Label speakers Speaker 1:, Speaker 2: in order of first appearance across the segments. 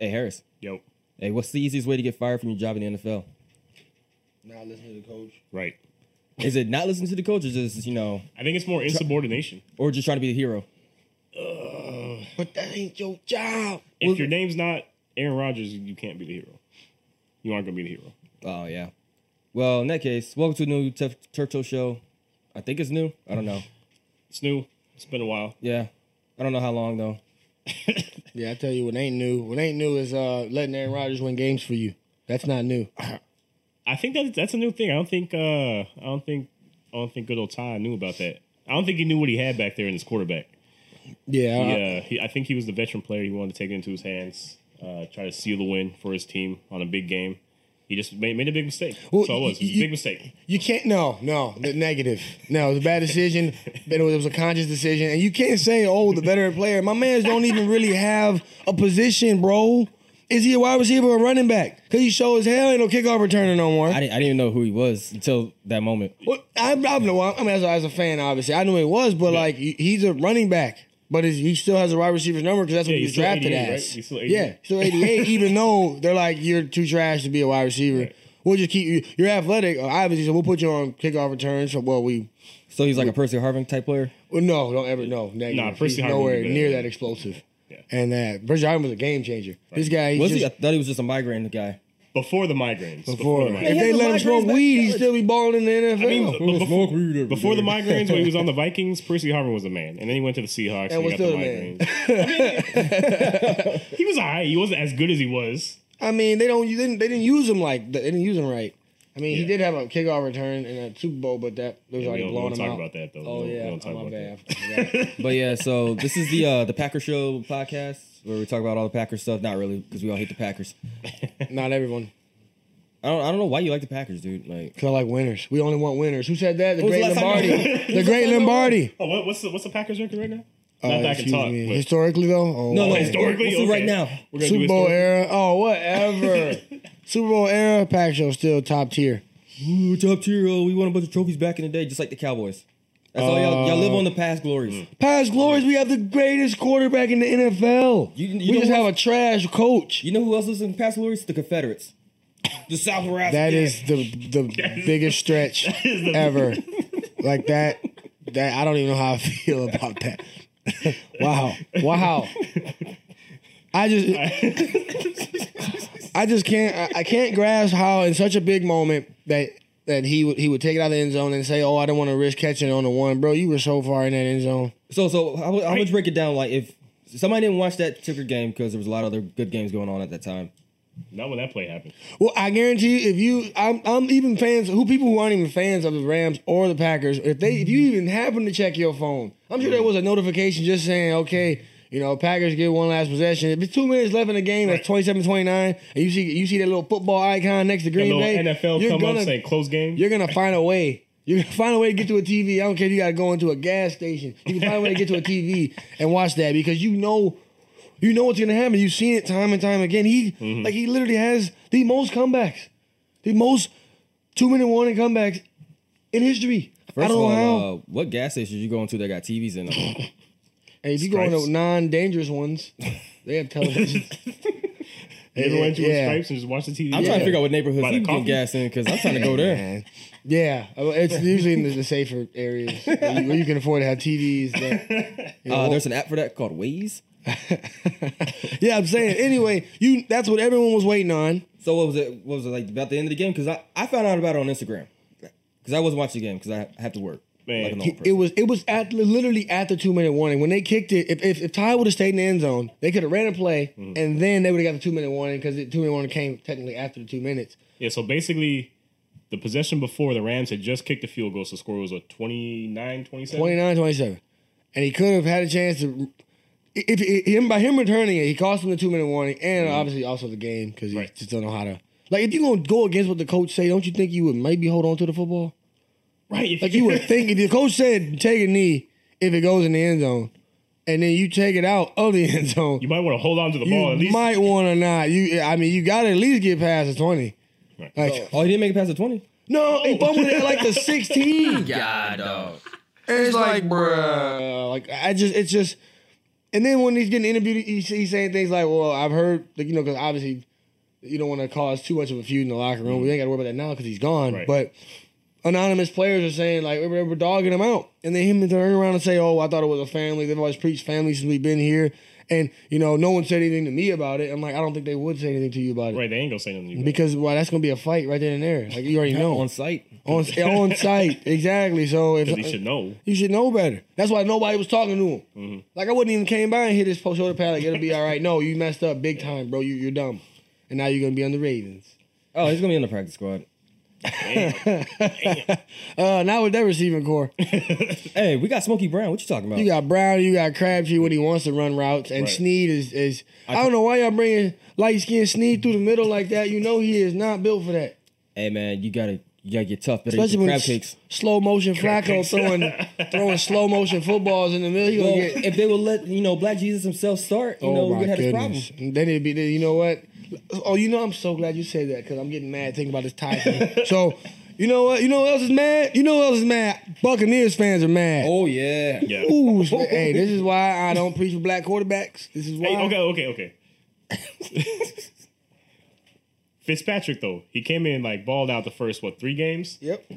Speaker 1: Harris.
Speaker 2: Yo,
Speaker 1: Hey, what's the easiest way to get fired from your job in the NFL?
Speaker 3: Now listen to the coach.
Speaker 2: right.
Speaker 1: Is it not listening to the coach, or just you know,
Speaker 2: I think it's more insubordination.
Speaker 1: or just trying to be a hero?
Speaker 3: But that ain't your job.
Speaker 2: If your name's not Aaron Rodgers, you can't be the hero. You aren't gonna be the hero.
Speaker 1: Oh yeah. Well, in that case, welcome to the new Tef Turtle Show. I think it's new. I don't know.
Speaker 2: It's new. It's been a while.
Speaker 1: Yeah, I don't know how long though.
Speaker 3: Yeah, I tell you what ain't new. What ain't new is uh letting Aaron Rodgers win games for you. That's not new.
Speaker 2: I think that that's a new thing. I don't think. Uh, I don't think. I don't think good old Ty knew about that. I don't think he knew what he had back there in his quarterback.
Speaker 3: Yeah, uh, I-
Speaker 2: Yeah, he, I think he was the veteran player. He wanted to take it into his hands, uh, try to seal the win for his team on a big game. He just made, made a big mistake.
Speaker 3: Well,
Speaker 2: so it was. It was
Speaker 3: you-
Speaker 2: a big mistake.
Speaker 3: You can't. No, no, the negative. No, it was a bad decision, but it was, it was a conscious decision, and you can't say, "Oh, the veteran player." My man's don't even really have a position, bro. Is he a wide receiver or running back? Cause he show as hell ain't no kickoff returner no more.
Speaker 1: I
Speaker 3: I,
Speaker 1: didn't. I didn't even know who he was until that moment.
Speaker 3: well, I, I know. I mean, as a, as a fan, obviously, I knew he was, but like, he- he's a running back. But is- he still has a wide receiver's number because that's what
Speaker 2: Yeah,
Speaker 3: he was
Speaker 2: he's still
Speaker 3: drafted
Speaker 2: 88,
Speaker 3: as.
Speaker 2: right? He's still 88.
Speaker 3: yeah, still 88, even though they're like, you're too trash to be a wide receiver.
Speaker 2: Right.
Speaker 3: We'll just keep you. You're athletic, uh, obviously, so we'll put you on kickoff returns. So, well, we
Speaker 1: So he's like a Percy Harvin type player.
Speaker 3: Well, no, don't ever no. Negative.
Speaker 2: Nah, Percy
Speaker 3: He's
Speaker 2: Harvin would be
Speaker 3: nowhere
Speaker 2: better.
Speaker 3: near that explosive.
Speaker 2: Yeah.
Speaker 3: And that Percy Harvin was a game changer. This guy, he's
Speaker 1: Was
Speaker 3: just,
Speaker 1: he? I thought he was just a migraine guy.
Speaker 2: Before the migraines.
Speaker 3: before,
Speaker 2: the
Speaker 3: if
Speaker 2: migraines.
Speaker 1: he
Speaker 3: they
Speaker 1: had
Speaker 3: let him
Speaker 1: the
Speaker 3: smoke
Speaker 1: migraines back
Speaker 3: weed,
Speaker 1: in
Speaker 3: he'd
Speaker 1: college.
Speaker 3: still be balling in the NFL.
Speaker 2: I mean, b- before,
Speaker 1: every
Speaker 2: before the migraines, when he was on the Vikings, Percy Harvin was a man, and then he went to the Seahawks and,
Speaker 3: was
Speaker 2: he got
Speaker 3: still
Speaker 2: the
Speaker 3: a man.
Speaker 2: migraines. I mean, he was alright. He wasn't as good as he was.
Speaker 3: I mean, they don't. They didn't, they didn't use him like they didn't use him right. I mean, he
Speaker 2: Yeah.
Speaker 3: did have a kickoff return in a Super Bowl, but that it was
Speaker 2: We
Speaker 3: already
Speaker 2: don't, we
Speaker 3: blowing
Speaker 2: don't
Speaker 3: him
Speaker 2: talk
Speaker 3: out.
Speaker 2: about that though.
Speaker 3: oh
Speaker 2: we don't,
Speaker 3: yeah,
Speaker 2: we don't talk
Speaker 3: oh, my
Speaker 2: about
Speaker 3: bad.
Speaker 2: that.
Speaker 3: I forgot.
Speaker 1: But yeah, so this is the uh, the Packer Show podcast where we talk about all the Packers stuff. Not really, because we all hate the Packers.
Speaker 3: Not everyone.
Speaker 1: I don't. I don't know why you like the Packers, dude. Like,
Speaker 3: Cause I like winners. We only want winners. Who said that? The
Speaker 1: Who's
Speaker 3: great
Speaker 1: the last time you-
Speaker 3: Lombardi. the great Lombardi.
Speaker 2: Oh, what, what's the what's the Packers record right now?
Speaker 3: Uh,
Speaker 2: Not that I can
Speaker 3: excuse
Speaker 2: talk.
Speaker 3: me.
Speaker 2: but
Speaker 3: Historically though, oh,
Speaker 1: no, no,
Speaker 3: wow.
Speaker 2: historically,
Speaker 1: Let's do it right
Speaker 2: okay.
Speaker 1: now.
Speaker 2: We're gonna do
Speaker 3: Super Bowl
Speaker 2: historic-
Speaker 3: era. Oh, whatever. Super Bowl era. Pack show still top tier.
Speaker 1: ooh, top tier. Oh, we won a bunch of trophies back in the day, just like the Cowboys. That's all y'all. Y'all live on the past glories.
Speaker 3: Past glories. We have the greatest quarterback in the NFL.
Speaker 1: You- you
Speaker 3: we
Speaker 1: know
Speaker 3: just
Speaker 1: what?
Speaker 3: have a trash coach.
Speaker 1: You know who else lives in past glories? The Confederates. The South were out
Speaker 3: That
Speaker 1: there.
Speaker 3: is the the biggest stretch ever. like that. That I don't even know how I feel about that. wow. Wow. I just I just can't I, I can't grasp how in such a big moment that that he would he would take it out of the end zone and say, "Oh, I don't want to risk catching it on the one, bro. You were so far in that end zone."
Speaker 1: So, so how, would- how would you break it down? Like, if somebody didn't watch that particular game because there was a lot of other good games going on at that time.
Speaker 2: Not when that play happened.
Speaker 3: Well, I guarantee you, if you, I'm, I'm even fans who people who aren't even fans of the Rams or the Packers. If they, if you even happen to check your phone, I'm sure there was a notification just saying, okay, you know, Packers get one last possession. If it's two minutes left in the game, that's 27-29, and you see, you see that little football icon next to
Speaker 2: A
Speaker 3: Green
Speaker 2: little
Speaker 3: Bay.
Speaker 2: NFL
Speaker 3: you're
Speaker 2: come
Speaker 3: gonna,
Speaker 2: up saying close game.
Speaker 3: you're gonna find a way. You're gonna find a way to get to a TV. I don't care if you gotta go into a gas station. You can find a way to get to a TV and watch that because you know you know what's gonna happen. You've seen it time and time again. He
Speaker 1: Mm-hmm.
Speaker 3: like he literally has the most comebacks. The most two minute warning comebacks in history. I
Speaker 1: First
Speaker 3: don't
Speaker 1: of
Speaker 3: know how.
Speaker 1: all, uh, what gas stations you going to that got TVs in them?
Speaker 3: hey, if you go
Speaker 2: Stripes.
Speaker 3: into non dangerous ones, they have televisions.
Speaker 2: You ever went to
Speaker 3: Yeah.
Speaker 2: a stripes and just watched the TV?
Speaker 1: I'm trying to figure out what neighborhoods
Speaker 2: By
Speaker 1: you
Speaker 2: the
Speaker 1: can
Speaker 2: coffee?
Speaker 1: get gas in because I'm trying to go there.
Speaker 3: yeah, it's usually in the, the safer areas where you, where you can afford to have TVs. That,
Speaker 1: Uh, there's an app for that called Waze.
Speaker 3: yeah, I'm saying. Anyway, you that's what everyone was waiting on.
Speaker 1: So what was it? What was it like about the end of the game? Because I, I found out about it on Instagram because I wasn't watching the game because I have to work.
Speaker 2: Man.
Speaker 1: like a normal
Speaker 3: He- it
Speaker 1: person.
Speaker 3: was it was at literally at the two minute warning when they kicked it. If if, if Ty would have stayed in the end zone, they could have ran a play and then they would have got the two minute warning because the two minute warning came technically after the two minutes.
Speaker 2: Yeah, so basically, the possession before the Rams had just kicked a field goal, so the score was what 29 27?
Speaker 3: 29-27. and he could have had a chance to. If, if him by him returning it, he cost him the two minute warning and obviously also the game because he
Speaker 2: Right.
Speaker 3: just don't know how to. Like if you gonna go against what the coach say, don't you think you would maybe hold on to the football?
Speaker 2: Right. If
Speaker 3: Like you would think if the coach said take a knee if it goes in the end zone, and then you take it out of the end zone,
Speaker 2: you might want to hold on to the
Speaker 3: you
Speaker 2: ball at least.
Speaker 3: might want to not. You, I mean, you got to at least get past the twenty.
Speaker 2: Right.
Speaker 3: Like,
Speaker 1: Oh, he didn't make it past the twenty.
Speaker 3: no, he fumbled it at like the sixteen.
Speaker 4: God, dog.
Speaker 3: It's like, bruh. Like I just, it's just. And then when he's getting interviewed, he's, he's saying things like, "Well, I've heard, like, you know, because obviously you don't want to cause too much of a feud in the locker room. We ain't got to worry about that now because he's gone."
Speaker 2: Right.
Speaker 3: But anonymous players are saying like, "We're, we're dogging him out," and then him to turn around and say, "Oh, I thought it was a family. They've always preached family since we've been here." And you know, no one said anything to me about it. I'm like, I don't think they would say anything to you about it
Speaker 2: Right, they ain't gonna say nothing. To you about
Speaker 3: because well, that's gonna be a fight right then and there. Like you already know
Speaker 1: on site.
Speaker 3: on on site exactly. So if
Speaker 2: it. 'Cause they should know.
Speaker 3: you should know better. That's why nobody was talking to him. Like I wouldn't even came by and hit his post shoulder pad. Like it'll be all right. No, you messed up big time, bro. You, you're dumb, and now you're gonna be on the Ravens.
Speaker 1: Oh, he's gonna be on the practice squad.
Speaker 3: Uh, not with that receiving core.
Speaker 1: Hey, we got Smokey Brown. What you talking about?
Speaker 3: You got Brown, you got Crabtree when he wants to run routes, and
Speaker 2: Right.
Speaker 3: Snead is is. I, don't know why y'all bringing light skinned Snead through the middle like that. You know he is not built for that.
Speaker 1: hey man, you gotta you gotta get tough. Better get
Speaker 3: Especially
Speaker 1: your
Speaker 3: when
Speaker 1: crab
Speaker 3: s-
Speaker 1: cakes.
Speaker 3: slow motion Flacco
Speaker 2: cakes.
Speaker 3: throwing throwing slow motion footballs in the middle. You
Speaker 1: Well,
Speaker 3: gonna get
Speaker 1: if they would let you know Black Jesus himself start, you know we would have this problem.
Speaker 3: Oh Then it'd be, you know what? Oh, you know, I'm so glad you said that because I'm getting mad thinking about this tie thing. so, you know what? You know what else is mad? You know what else is mad? Buccaneers fans are mad.
Speaker 1: Oh yeah.
Speaker 2: Yeah.
Speaker 3: Ooh, it's- hey, this is why I don't preach for black quarterbacks. This is why.
Speaker 2: Hey, okay, okay, okay. Fitzpatrick though, he came in like balled out the first what three games.
Speaker 3: Yep.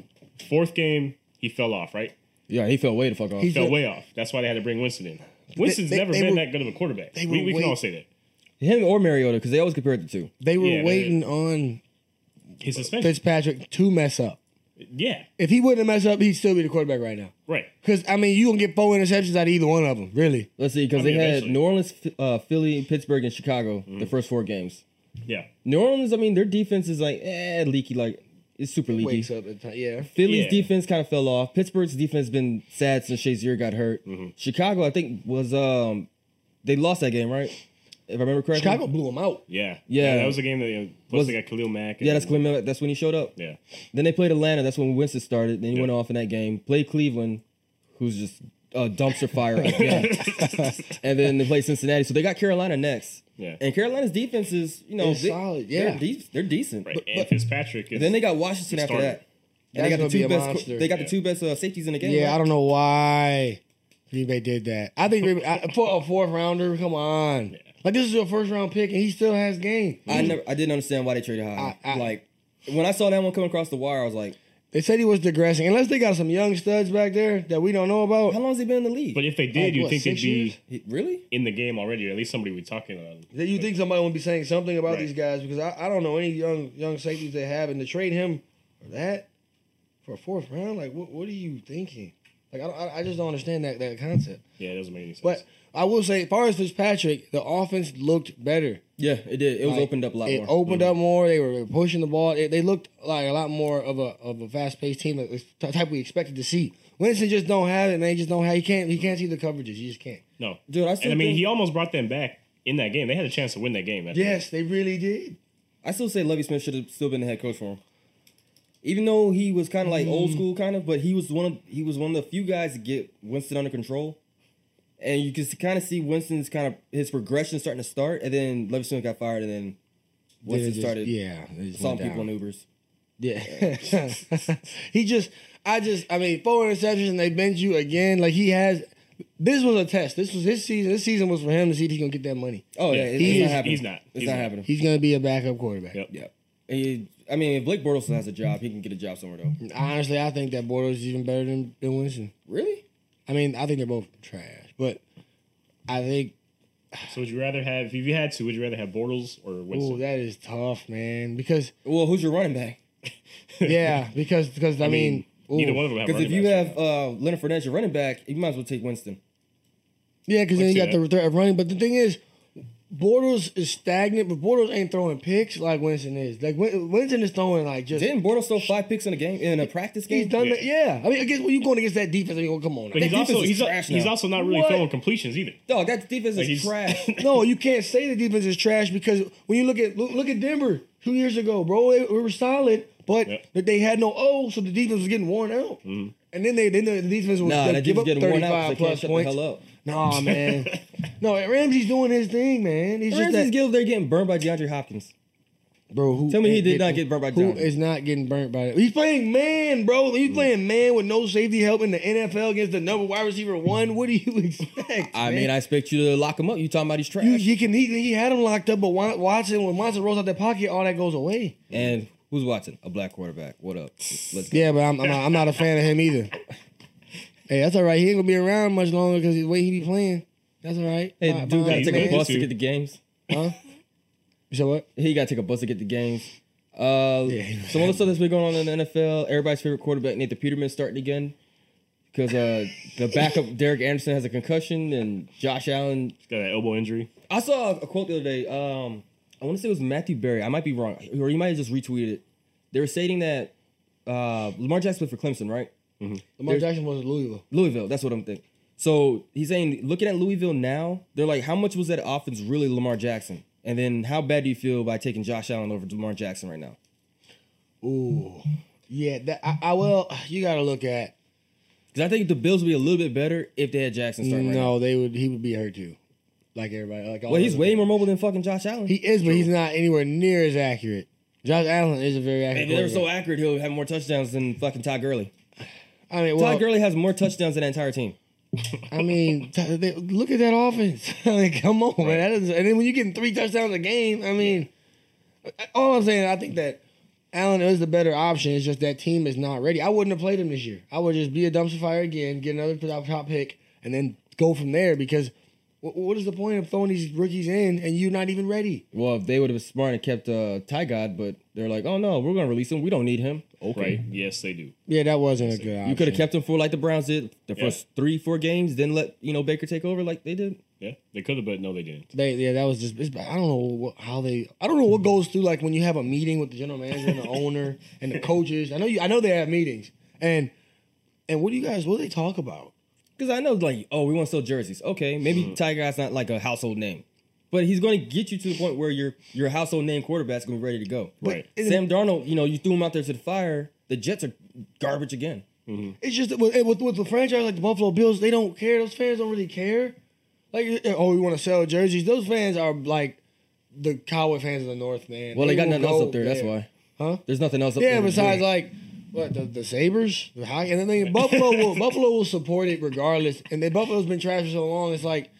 Speaker 2: Fourth game, he fell off. Right,
Speaker 1: Yeah, he fell way the fuck off.
Speaker 3: He's-
Speaker 2: fell
Speaker 3: Yeah.
Speaker 2: way off. That's why they had to bring Winston in. Winston's
Speaker 3: they-
Speaker 2: never
Speaker 3: they
Speaker 2: been
Speaker 3: were-
Speaker 2: that good of a quarterback.
Speaker 3: they
Speaker 2: We,
Speaker 3: were
Speaker 2: we can all
Speaker 3: wait-
Speaker 2: say that.
Speaker 1: Him or Mariota, because they always compare the two.
Speaker 3: They were
Speaker 2: Yeah, they-
Speaker 3: waiting on
Speaker 2: His suspension.
Speaker 3: Fitzpatrick to mess up.
Speaker 2: yeah,
Speaker 3: If he wouldn't have messed up, he'd still be the quarterback right now.
Speaker 2: right.
Speaker 3: Because I mean, you gonna get four interceptions out of either one of them, really.
Speaker 1: Let's see, because
Speaker 2: mean,
Speaker 1: they had
Speaker 2: eventually. Mm.
Speaker 1: New Orleans, uh, Philly, Pittsburgh, and Chicago the first four games.
Speaker 2: Yeah,
Speaker 1: New Orleans, I mean, their defense is like eh, leaky, like it's super leaky.
Speaker 3: Wakes up at time, yeah.
Speaker 1: Philly's
Speaker 2: Yeah.
Speaker 1: defense kind of fell off. Pittsburgh's defense been sad since Shazier got hurt.
Speaker 2: Mm-hmm.
Speaker 1: Chicago, I think, was um they lost that game, right? If I remember correctly.
Speaker 3: Chicago blew him out.
Speaker 2: yeah,
Speaker 1: Yeah.
Speaker 2: That was a game that you know, plus
Speaker 1: Was-
Speaker 2: they got Khalil Mack.
Speaker 1: Yeah,
Speaker 2: and-
Speaker 1: that's Clem Miller. That's when he showed up.
Speaker 2: Yeah,
Speaker 1: Then they played Atlanta. That's when Winston started. Then he went off in that game. Played Cleveland, who's just a dumpster fire again. and then they played Cincinnati. So they got Carolina next.
Speaker 2: Yeah.
Speaker 1: And Carolina's defense is, you know,
Speaker 3: It's solid, yeah.
Speaker 1: They're, de- they're decent.
Speaker 2: right. and Fitzpatrick. Is,
Speaker 1: Then they got Washington after
Speaker 2: Starter.
Speaker 1: that. And they
Speaker 3: That's
Speaker 1: got the
Speaker 3: gonna be
Speaker 1: two
Speaker 3: a
Speaker 1: best.
Speaker 3: monster.
Speaker 1: They got
Speaker 2: Yeah.
Speaker 1: the two best uh, safeties in the game.
Speaker 3: Yeah,
Speaker 1: right?
Speaker 3: I don't know why Green Bay did that. I think Green Bay- I, for a fourth rounder, come on. Like this is your first round pick, and he still has game.
Speaker 1: I never. I didn't understand why they traded high.
Speaker 3: I- I-
Speaker 1: like when I saw that one come across the wire, I was like,
Speaker 3: They said he was digressing, unless they got some young studs back there that we don't know
Speaker 1: "How
Speaker 3: about.
Speaker 1: long has he been in the league?
Speaker 2: but if they did,
Speaker 1: Oh,
Speaker 3: Like,
Speaker 2: you
Speaker 3: what,
Speaker 2: think they'd
Speaker 3: six
Speaker 2: be
Speaker 3: years?
Speaker 1: He- really?
Speaker 2: in the game already, or at least somebody we're talking about.
Speaker 3: That you think somebody would be saying something about
Speaker 2: Right.
Speaker 3: these guys because I, I don't know any young young safeties they have, and to trade him for that for a fourth round, like what what are you thinking? Like I don't, I, I just don't understand that that concept.
Speaker 2: Yeah, it doesn't make any sense.
Speaker 3: But I will say, as far as Fitzpatrick, the offense looked better.
Speaker 1: Yeah, it did. It was
Speaker 3: Like,
Speaker 1: opened up a lot
Speaker 3: it
Speaker 1: more. Mm-hmm.
Speaker 3: opened up more. They were pushing the ball. They, they looked like a lot more of a of a fast paced team, like the type we expected to see. Winston just don't have it, man. He just don't have. He can't. He can't see the coverages. He just can't.
Speaker 2: no,
Speaker 1: Dude, I still
Speaker 2: and I mean,
Speaker 1: think-
Speaker 2: he almost brought them back in that game. They had a chance to win that game. after
Speaker 3: Yes, they really did.
Speaker 1: I still say Lovey Smith should have still been the head coach for him. Even though he was kind of like old
Speaker 3: Mm.
Speaker 1: school, kind of, but he was one of he was one of the few guys to get Winston under control, and you can kind of see Winston's kind of his progression starting to start, and then Lovey Smith got fired, and then Winston
Speaker 3: They just-
Speaker 1: started
Speaker 3: Yeah, they just
Speaker 1: some
Speaker 3: went
Speaker 1: people
Speaker 3: down.
Speaker 1: in Ubers.
Speaker 3: Yeah, he just. I just. I mean, four interceptions and they bench you again. Like he has. This was a test. This was his season. This season was for him to see if he can get that money.
Speaker 1: Oh yeah,
Speaker 2: Yeah,
Speaker 1: it-
Speaker 3: he
Speaker 1: it's
Speaker 3: is-
Speaker 1: not happening.
Speaker 2: he's not.
Speaker 1: It's
Speaker 2: He's
Speaker 1: not
Speaker 2: not.
Speaker 1: happening.
Speaker 3: He's gonna be a backup quarterback.
Speaker 2: Yep.
Speaker 1: yeah, He- I mean, if Blake Bortles has a job, he can get a job somewhere though.
Speaker 3: Honestly, I think that Bortles is even better than, than Winston.
Speaker 1: Really?
Speaker 3: I mean, I think they're both trash, but I think
Speaker 2: So would you rather have, if you had to, would you rather have Bortles or
Speaker 3: oh,
Speaker 2: Winston?
Speaker 3: that is tough, man. Because
Speaker 1: Well, who's your running back?
Speaker 3: yeah, because because I, mean, ooh.
Speaker 2: Neither one of them have
Speaker 1: Because if
Speaker 2: running
Speaker 1: you
Speaker 2: backs
Speaker 1: have uh, Leonard Fournette, your running back, you might as well take Winston.
Speaker 3: yeah, because then you
Speaker 2: Like
Speaker 3: got the threat of running. But the thing is, Bortles is stagnant, but Bortles ain't throwing picks like Winston is. Like Win- Winston is throwing like just.
Speaker 1: Didn't Bortles throw five picks in a game in a practice game?
Speaker 3: He's done that. Yeah, I mean, I guess when you going against that defense, I mean, well, come on.
Speaker 2: But
Speaker 3: now.
Speaker 2: he's
Speaker 1: That
Speaker 2: also
Speaker 1: defense is
Speaker 2: he's, a-
Speaker 1: trash
Speaker 2: he's
Speaker 1: now.
Speaker 2: also not really
Speaker 3: What?
Speaker 2: throwing completions either.
Speaker 1: Dog, that defense
Speaker 2: Like,
Speaker 1: is
Speaker 2: he's-
Speaker 1: trash.
Speaker 3: no, you can't say the defense is trash because when you look at look, look at Denver two years ago, bro, they, we were solid, but
Speaker 2: Yeah.
Speaker 3: that they had no O, so the defense was getting worn out. And then they then the defense was
Speaker 1: nah,
Speaker 3: they'll
Speaker 1: that
Speaker 3: give
Speaker 1: dude's
Speaker 3: up
Speaker 1: getting
Speaker 3: thirty
Speaker 1: worn out
Speaker 3: five
Speaker 1: because they can't
Speaker 3: plus
Speaker 1: shut
Speaker 3: points.
Speaker 1: the hell up.
Speaker 3: Nah, man, no, Ramsey's doing his thing, man. He's
Speaker 1: Ramsey's
Speaker 3: just that,
Speaker 1: guild, they're getting burned by DeAndre Hopkins.
Speaker 3: bro. Who
Speaker 1: Tell me he
Speaker 3: ain't
Speaker 1: did not get burnt by
Speaker 3: Who
Speaker 1: Johnson.
Speaker 3: is not getting burnt by it? He's playing man, bro. He's playing man with no safety help in the NFL against the number wide receiver one. What do you expect?
Speaker 1: I
Speaker 3: man?
Speaker 1: mean, I expect you to lock him up. You talking about he's trash?
Speaker 3: You, he can he, he had him locked up, but Wa- Watson when Watson rolls out that pocket, all that goes away.
Speaker 1: and who's watching? A black quarterback. What up? Let's go.
Speaker 3: Yeah, but I'm I'm not, I'm not a fan of him either. Hey, that's all right. He ain't gonna be around much longer because the way he be playing, that's all right.
Speaker 1: Hey,
Speaker 3: Fine-
Speaker 1: dude,
Speaker 3: fine,
Speaker 1: gotta
Speaker 2: he's
Speaker 1: take a
Speaker 2: good.
Speaker 1: bus to
Speaker 2: Dude.
Speaker 1: get the games.
Speaker 3: Huh? You said what?
Speaker 1: He gotta take a bus to get the games. Uh,
Speaker 3: Yeah.
Speaker 1: some other stuff that's been going on in the NFL. Everybody's favorite quarterback, Nathan Peterman, starting again because uh, the backup Derek Anderson has a concussion, and Josh Allen
Speaker 2: got that elbow injury.
Speaker 1: I saw a quote the other day. Um, I want to say it was Matthew Berry. I might be wrong, or you might have just retweeted it. They were stating that uh, Lamar Jackson played for Clemson, right?
Speaker 3: Lamar Jackson was at Louisville.
Speaker 1: Louisville. That's what I'm thinking. So he's saying, looking at Louisville now, they're like, how much was that offense really Lamar Jackson? And then how bad do you feel by taking Josh Allen over Lamar Jackson right now?
Speaker 3: Ooh, yeah. That I, I well, you gotta look at.
Speaker 1: Because I think the Bills would be a little bit better if they had Jackson starting right now.
Speaker 3: No, they would. He would be hurt too, like everybody. Like all
Speaker 1: Well, he's
Speaker 3: other
Speaker 1: way
Speaker 3: people.
Speaker 1: more mobile than fucking Josh Allen.
Speaker 3: He is, but he's not anywhere near as accurate. Josh Allen is a very accurate.
Speaker 1: and they're so
Speaker 3: quarterback.
Speaker 1: accurate, he'll have more touchdowns than fucking Todd Gurley.
Speaker 3: I mean,
Speaker 1: Todd
Speaker 3: well,
Speaker 1: Gurley has more touchdowns than the entire team.
Speaker 3: I mean, t- they, look at that offense. I mean, come on, man. That is, and then when you're getting three touchdowns a game, I mean, all I'm saying, I think that Allen is the better option. It's just that team is not ready. I wouldn't have played him this year. I would just be a dumpster fire again, get another top, top pick, and then go from there because wh- what is the point of throwing these rookies in and you're not even ready?
Speaker 1: Well, if they would have been smart and kept uh, Ty God, but they're like, oh no, we're gonna release him. We don't need him. Okay.
Speaker 2: Right? Yes, they do.
Speaker 3: Yeah, that wasn't a good option.
Speaker 1: You could have kept him for like the Browns did the
Speaker 2: Yeah.
Speaker 1: first three, four games, then let you know Baker take over like they did.
Speaker 2: Yeah, they could have, but no, they didn't.
Speaker 3: They, yeah, that was just. It's, I don't know what, how they. I don't know what goes through like when you have a meeting with the general manager and the owner and the coaches. I know you. I know they have meetings and and what do you guys? What do they talk about?
Speaker 1: Because I know like, oh, we want to sell jerseys. Okay, maybe
Speaker 3: Mm-hmm.
Speaker 1: Ty God's not like a household name, but he's going to get you to the point where your your household name quarterback's gonna be ready to go.
Speaker 2: Right.
Speaker 3: It-
Speaker 1: Sam Darnold, you know, you threw him out there to the fire. The Jets are garbage again.
Speaker 3: It's just that with, with with the franchise like the Buffalo Bills, they don't care. Those fans don't really care. Like oh, we want to sell jerseys. Those fans are like the Cowboy fans of the North, man.
Speaker 1: Well, they, got
Speaker 3: will
Speaker 1: nothing else
Speaker 3: go
Speaker 1: up there, That's why.
Speaker 3: Huh?
Speaker 1: There's nothing else up
Speaker 3: Yeah,
Speaker 1: there. to do.
Speaker 3: besides like what the, the Sabers, the hockey, and then they, Buffalo will Buffalo will support it regardless. And then Buffalo's been trash for so long. It's like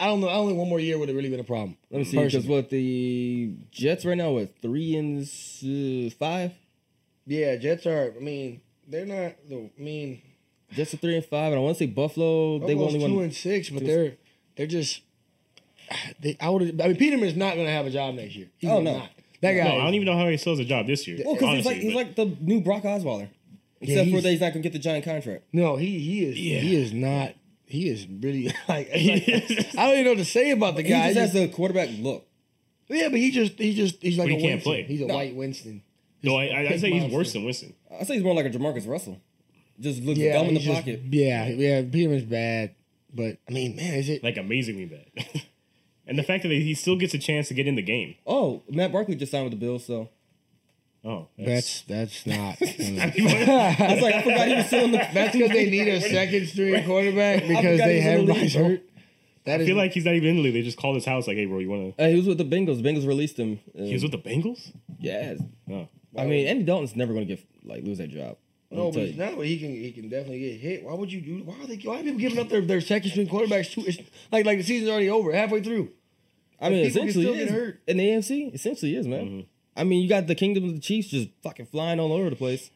Speaker 3: I don't know. I don't think one more year would have really been a problem.
Speaker 1: Let me see. Because what the Jets right now what three and s- uh, five.
Speaker 3: Yeah, Jets are. I mean, they're not. The, I mean,
Speaker 1: Jets are three and five, and I want to say Buffalo.
Speaker 3: they
Speaker 1: they
Speaker 3: two
Speaker 1: only won.
Speaker 3: and six, but they're they're just. They, I would. I mean, Peterman's not going to have a job next year. He's
Speaker 1: Oh, no.
Speaker 3: not. that
Speaker 2: No,
Speaker 3: guy.
Speaker 2: I don't even know how he sells a job this year.
Speaker 1: well, because he's like
Speaker 2: honestly,
Speaker 1: he's
Speaker 2: but-
Speaker 1: like the new Brock Osweiler,
Speaker 3: Yeah,
Speaker 1: except for
Speaker 3: he's-
Speaker 1: that he's not gonna get the giant contract.
Speaker 3: No, he he is
Speaker 2: Yeah.
Speaker 3: he is not. He is really like, like, I don't even know what to say about the
Speaker 1: He
Speaker 3: guy.
Speaker 1: just
Speaker 3: I
Speaker 1: has
Speaker 3: just-
Speaker 1: the quarterback look.
Speaker 3: yeah, but he just he just he's like
Speaker 2: But
Speaker 3: a
Speaker 2: he can't
Speaker 3: Winston.
Speaker 2: play.
Speaker 3: He's a
Speaker 1: No.
Speaker 3: white Winston.
Speaker 2: no, I, I, I'd say he's
Speaker 3: Monster.
Speaker 2: worse than Winston.
Speaker 1: I say he's more like a Jamarcus Russell. Just looks
Speaker 3: yeah,
Speaker 1: dumb in the
Speaker 3: he's just-
Speaker 1: pocket.
Speaker 3: Yeah, yeah, Peterman's bad, but I mean, man, is it?
Speaker 2: Like, amazingly bad. and the fact that he still gets a chance to get in the game.
Speaker 1: Oh, Matt Barkley just signed with the Bills, so
Speaker 2: Oh,
Speaker 3: That's that's not.
Speaker 1: I was like, I forgot he was still in the.
Speaker 3: that's because they need a second string quarterback because
Speaker 1: forgot he was
Speaker 3: they
Speaker 1: in
Speaker 3: have
Speaker 1: the
Speaker 3: everybody's
Speaker 1: league, bro.
Speaker 3: hurt. That
Speaker 2: I
Speaker 3: is
Speaker 2: feel like he's not even in the league. They just called his house, like, hey, bro, you want to.
Speaker 1: Uh, he was with the Bengals. Bengals released him. Uh,
Speaker 2: He was with the Bengals?
Speaker 1: yeah,
Speaker 2: Oh.
Speaker 1: I mean, Andy Dalton's never gonna get like lose that job. Let me
Speaker 3: no,
Speaker 1: tell
Speaker 3: but it's
Speaker 1: you.
Speaker 3: not. But he can he can definitely get hit. Why would you do? Why are they? Why are people giving up their, their second string quarterbacks too? It's like like the season's already over, halfway through.
Speaker 1: I mean,
Speaker 3: people can
Speaker 1: essentially,
Speaker 3: still
Speaker 1: it
Speaker 3: get
Speaker 1: is.
Speaker 3: hurt. Mm-hmm.
Speaker 1: in the AFC, essentially is man. I mean, you got the kingdom of the Chiefs just fucking flying all over the place.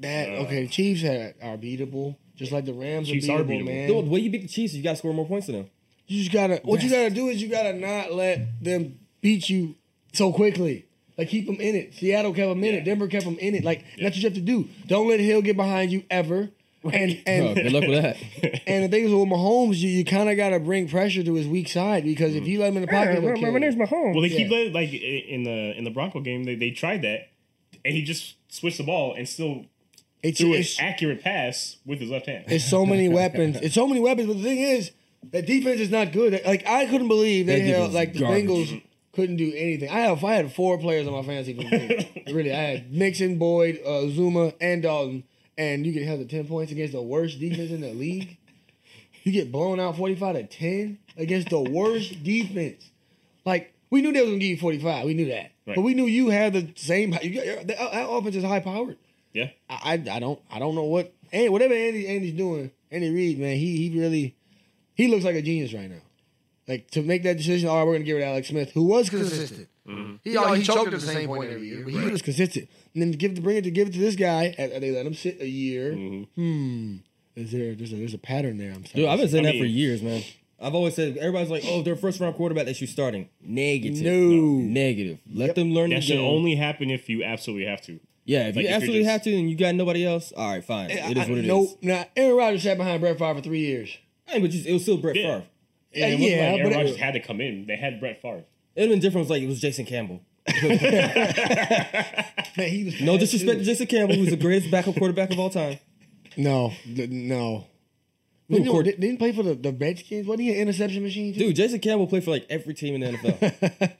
Speaker 3: That okay? The Chiefs had, are beatable, just like the Rams
Speaker 2: Uh. Chiefs
Speaker 3: are
Speaker 2: are
Speaker 3: beatable,
Speaker 2: beatable.
Speaker 3: man.
Speaker 1: The way you beat the Chiefs, you got to score more points than them.
Speaker 3: You just gotta. What you gotta do is you gotta not let them beat you so quickly. Like keep them in it. Seattle kept them in it.
Speaker 2: Yeah.
Speaker 3: Denver kept them in it. Like that's what you have to do. Don't let Hill get behind you ever. And
Speaker 1: Oh,
Speaker 3: and
Speaker 1: good luck with that.
Speaker 3: and the thing is with Mahomes, you, you kind of gotta bring pressure to his weak side because if you let him in the pocket, he'll kill you.
Speaker 2: Well, they keep
Speaker 3: Yeah.
Speaker 2: letting, like i- in the in the Bronco game, they, they tried that, and he just switched the ball and still
Speaker 3: It's,
Speaker 2: threw an
Speaker 3: it's,
Speaker 2: accurate pass with his left hand.
Speaker 3: it's so many weapons. It's so many weapons. But the thing is, that defense is not good. Like I couldn't believe
Speaker 1: That
Speaker 3: they
Speaker 1: defense
Speaker 3: held,
Speaker 1: is
Speaker 3: like the
Speaker 1: garbage.
Speaker 3: Bengals couldn't do anything. I have I had four players on my fantasy team. really, I had Mixon, Boyd, uh, Zuma, and Dalton, and you get held to ten points against the worst defense in the league. You get blown out forty five to ten against the worst defense. Like. We knew they was gonna give you forty five. We knew that,
Speaker 2: Right.
Speaker 3: but we knew you had the same. That offense is high powered.
Speaker 2: Yeah.
Speaker 3: I, I I don't I don't know what and whatever Andy Andy's doing. Andy Reid, man, he he really he looks like a genius right now. Like to make that decision. All right, we're gonna give it to Alex Smith, who was consistent.
Speaker 4: He, he, choked at the same point every year. But
Speaker 3: He was consistent. And then give to bring it to give it to this guy. and- and they let him sit a year. Hmm. Is there there's a, there's a pattern there? I'm sorry.
Speaker 1: Dude, I've been saying
Speaker 2: I
Speaker 1: that for
Speaker 2: mean-
Speaker 1: years, man. I've always said everybody's like, "Oh, they're first round quarterback that you starting." Negative.
Speaker 3: No.
Speaker 1: Negative. Let them learn the
Speaker 2: That should
Speaker 1: game.
Speaker 2: only happen if you absolutely have
Speaker 3: Uh,
Speaker 2: to.
Speaker 1: yeah, if
Speaker 2: like, if
Speaker 1: you
Speaker 2: you're
Speaker 1: absolutely
Speaker 2: just-
Speaker 1: have to and you got nobody else, all right, fine. It is what it is.
Speaker 3: no, Now Aaron Rodgers sat behind Brett Favre for three years.
Speaker 1: Hey, but just, it was still Brett
Speaker 2: Yeah.
Speaker 1: Favre.
Speaker 3: Yeah,
Speaker 2: it wasn't
Speaker 3: yeah,
Speaker 2: like
Speaker 3: but
Speaker 2: Aaron
Speaker 3: it-
Speaker 2: Rodgers had to come in. They had Brett Favre.
Speaker 1: It would have been different if it was like it was Jason Campbell.
Speaker 3: Man, he was
Speaker 1: No
Speaker 3: bad,
Speaker 1: disrespect to
Speaker 3: too.
Speaker 1: Jason Campbell, who's the greatest backup quarterback of all time.
Speaker 3: No, th- no.
Speaker 1: Who,
Speaker 3: Didn't,
Speaker 1: Cord-
Speaker 3: didn't he play for the, the Redskins? Wasn't he an interception machine too?
Speaker 1: Dude, Jason Campbell played for like every team in the NFL.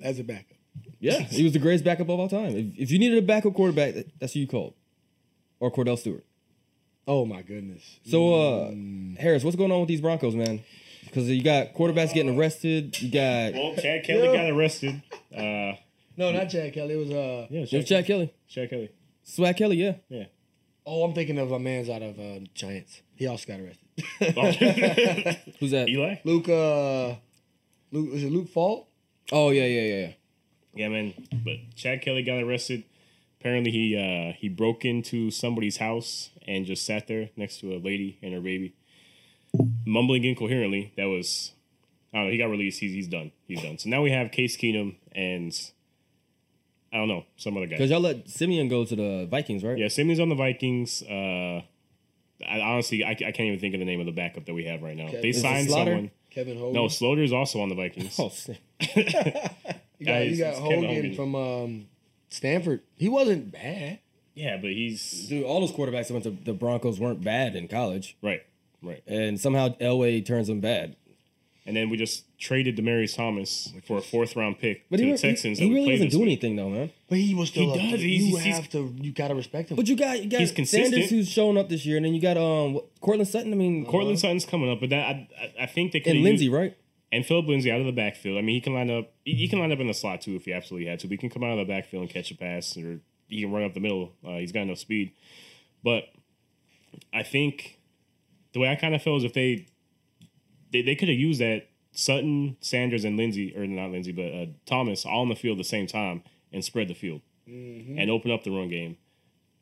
Speaker 3: As a backup.
Speaker 1: yeah, he was the greatest backup of all time. If, if you needed a backup quarterback, that- that's who you called, or Cordell Stewart.
Speaker 3: Oh my goodness.
Speaker 1: So, uh, Harris, what's going on with these Broncos, man? Because you got quarterbacks getting arrested. You got
Speaker 2: Well, Oh, Chad Kelly got
Speaker 3: Yeah.
Speaker 2: arrested. Uh,
Speaker 3: No, not Chad Kelly. It was uh.
Speaker 2: yeah,
Speaker 1: Jeff Chad Kelly,
Speaker 2: Chad Kelly.
Speaker 1: Swag Kelly, yeah.
Speaker 2: Yeah.
Speaker 3: Oh, I'm thinking of a man's out of uh, Giants. He also got arrested.
Speaker 2: Oh.
Speaker 1: Who's that?
Speaker 2: Eli?
Speaker 3: Luke. Uh, Luke was it Luke Fault?
Speaker 1: Oh yeah, yeah, yeah, yeah.
Speaker 2: Yeah, man. But Chad Kelly got arrested. Apparently, he uh, he broke into somebody's house and just sat there next to a lady and her baby, mumbling incoherently. That was, I don't know. He got released. He's he's done. He's done. So now we have Case Keenum and I don't know some other guy.
Speaker 1: Because y'all let Simeon go to the Vikings, right?
Speaker 2: Yeah, Simeon's on the Vikings. Uh, I honestly, I, I can't even think of the name of the backup that we have right now. They
Speaker 3: Is it
Speaker 2: signed
Speaker 1: Slaughter?
Speaker 2: someone.
Speaker 3: Kevin Hogan.
Speaker 2: No, Slaughter's also on the Vikings.
Speaker 1: Oh, snap.
Speaker 3: you got, you
Speaker 2: it's-
Speaker 3: got
Speaker 2: it's Kevin
Speaker 3: Hogan,
Speaker 2: Hogan.
Speaker 3: from um, Stanford. He wasn't bad.
Speaker 2: Yeah, but he's
Speaker 1: dude, all those quarterbacks that went to the Broncos weren't bad in college,
Speaker 2: right, right.
Speaker 1: and somehow Elway turns them bad.
Speaker 2: And then we just traded Demarius Thomas for a fourth round pick
Speaker 1: But
Speaker 2: to
Speaker 1: he,
Speaker 2: the Texans.
Speaker 1: he, he
Speaker 2: that we
Speaker 1: really
Speaker 2: played
Speaker 1: doesn't
Speaker 2: this
Speaker 1: do
Speaker 2: week.
Speaker 1: anything though, man.
Speaker 3: But he was still.
Speaker 2: He
Speaker 3: a-
Speaker 2: does.
Speaker 3: You
Speaker 2: He's- he's- he's-
Speaker 3: have to. You gotta respect him.
Speaker 1: But you got you got
Speaker 2: He's consistent.
Speaker 1: Sanders who's showing up this year, and then you got um what- Cortland Sutton. I mean,
Speaker 2: Cortland Sutton's coming up, but that I, I- I think they could
Speaker 1: and Lindsey, right?
Speaker 2: and Philip Lindsay out of the backfield. I mean, he can line up. He, he can line up in the slot too if he absolutely had to. But he can come out of the backfield and catch a pass, or he can run up the middle. Uh, he's got enough speed. But I think the way I kind of feel is if they they, they could have used that Sutton, Sanders, and Lindsay, or not Lindsay, but uh, Thomas all on the field at the same time and spread the field and open up the run game.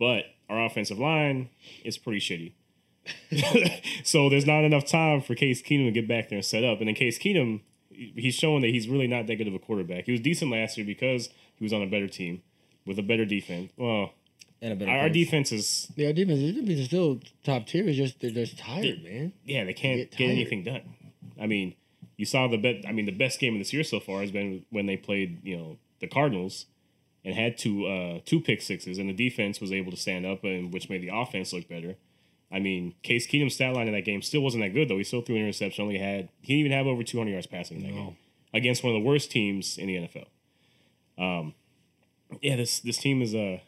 Speaker 2: But our offensive line is pretty shitty. so there's not enough time for Case Keenum to get back there and set up. And then Case Keenum, he's showing that he's really not that good of a quarterback. He was decent last year because he was on a better team with a better defense. Well,
Speaker 1: And a better
Speaker 2: our, our
Speaker 1: coach.
Speaker 2: defense is
Speaker 3: Yeah, defense. Their defense is still top tier. It's just they're just tired, man.
Speaker 2: yeah, they can't
Speaker 3: Get
Speaker 2: get,
Speaker 3: tired.
Speaker 2: anything done. I mean, you saw the bet. I mean, the best game of this year so far has been when they played, you know, the Cardinals and had two uh, two pick sixes, and the defense was able to stand up, and which made the offense look better. I mean, Case Keenum's stat line in that game still wasn't that good though. He still threw an interception. Only had he didn't even have over 200 yards passing in that game against one of the worst teams in the NFL. Um, yeah, this this team is uh,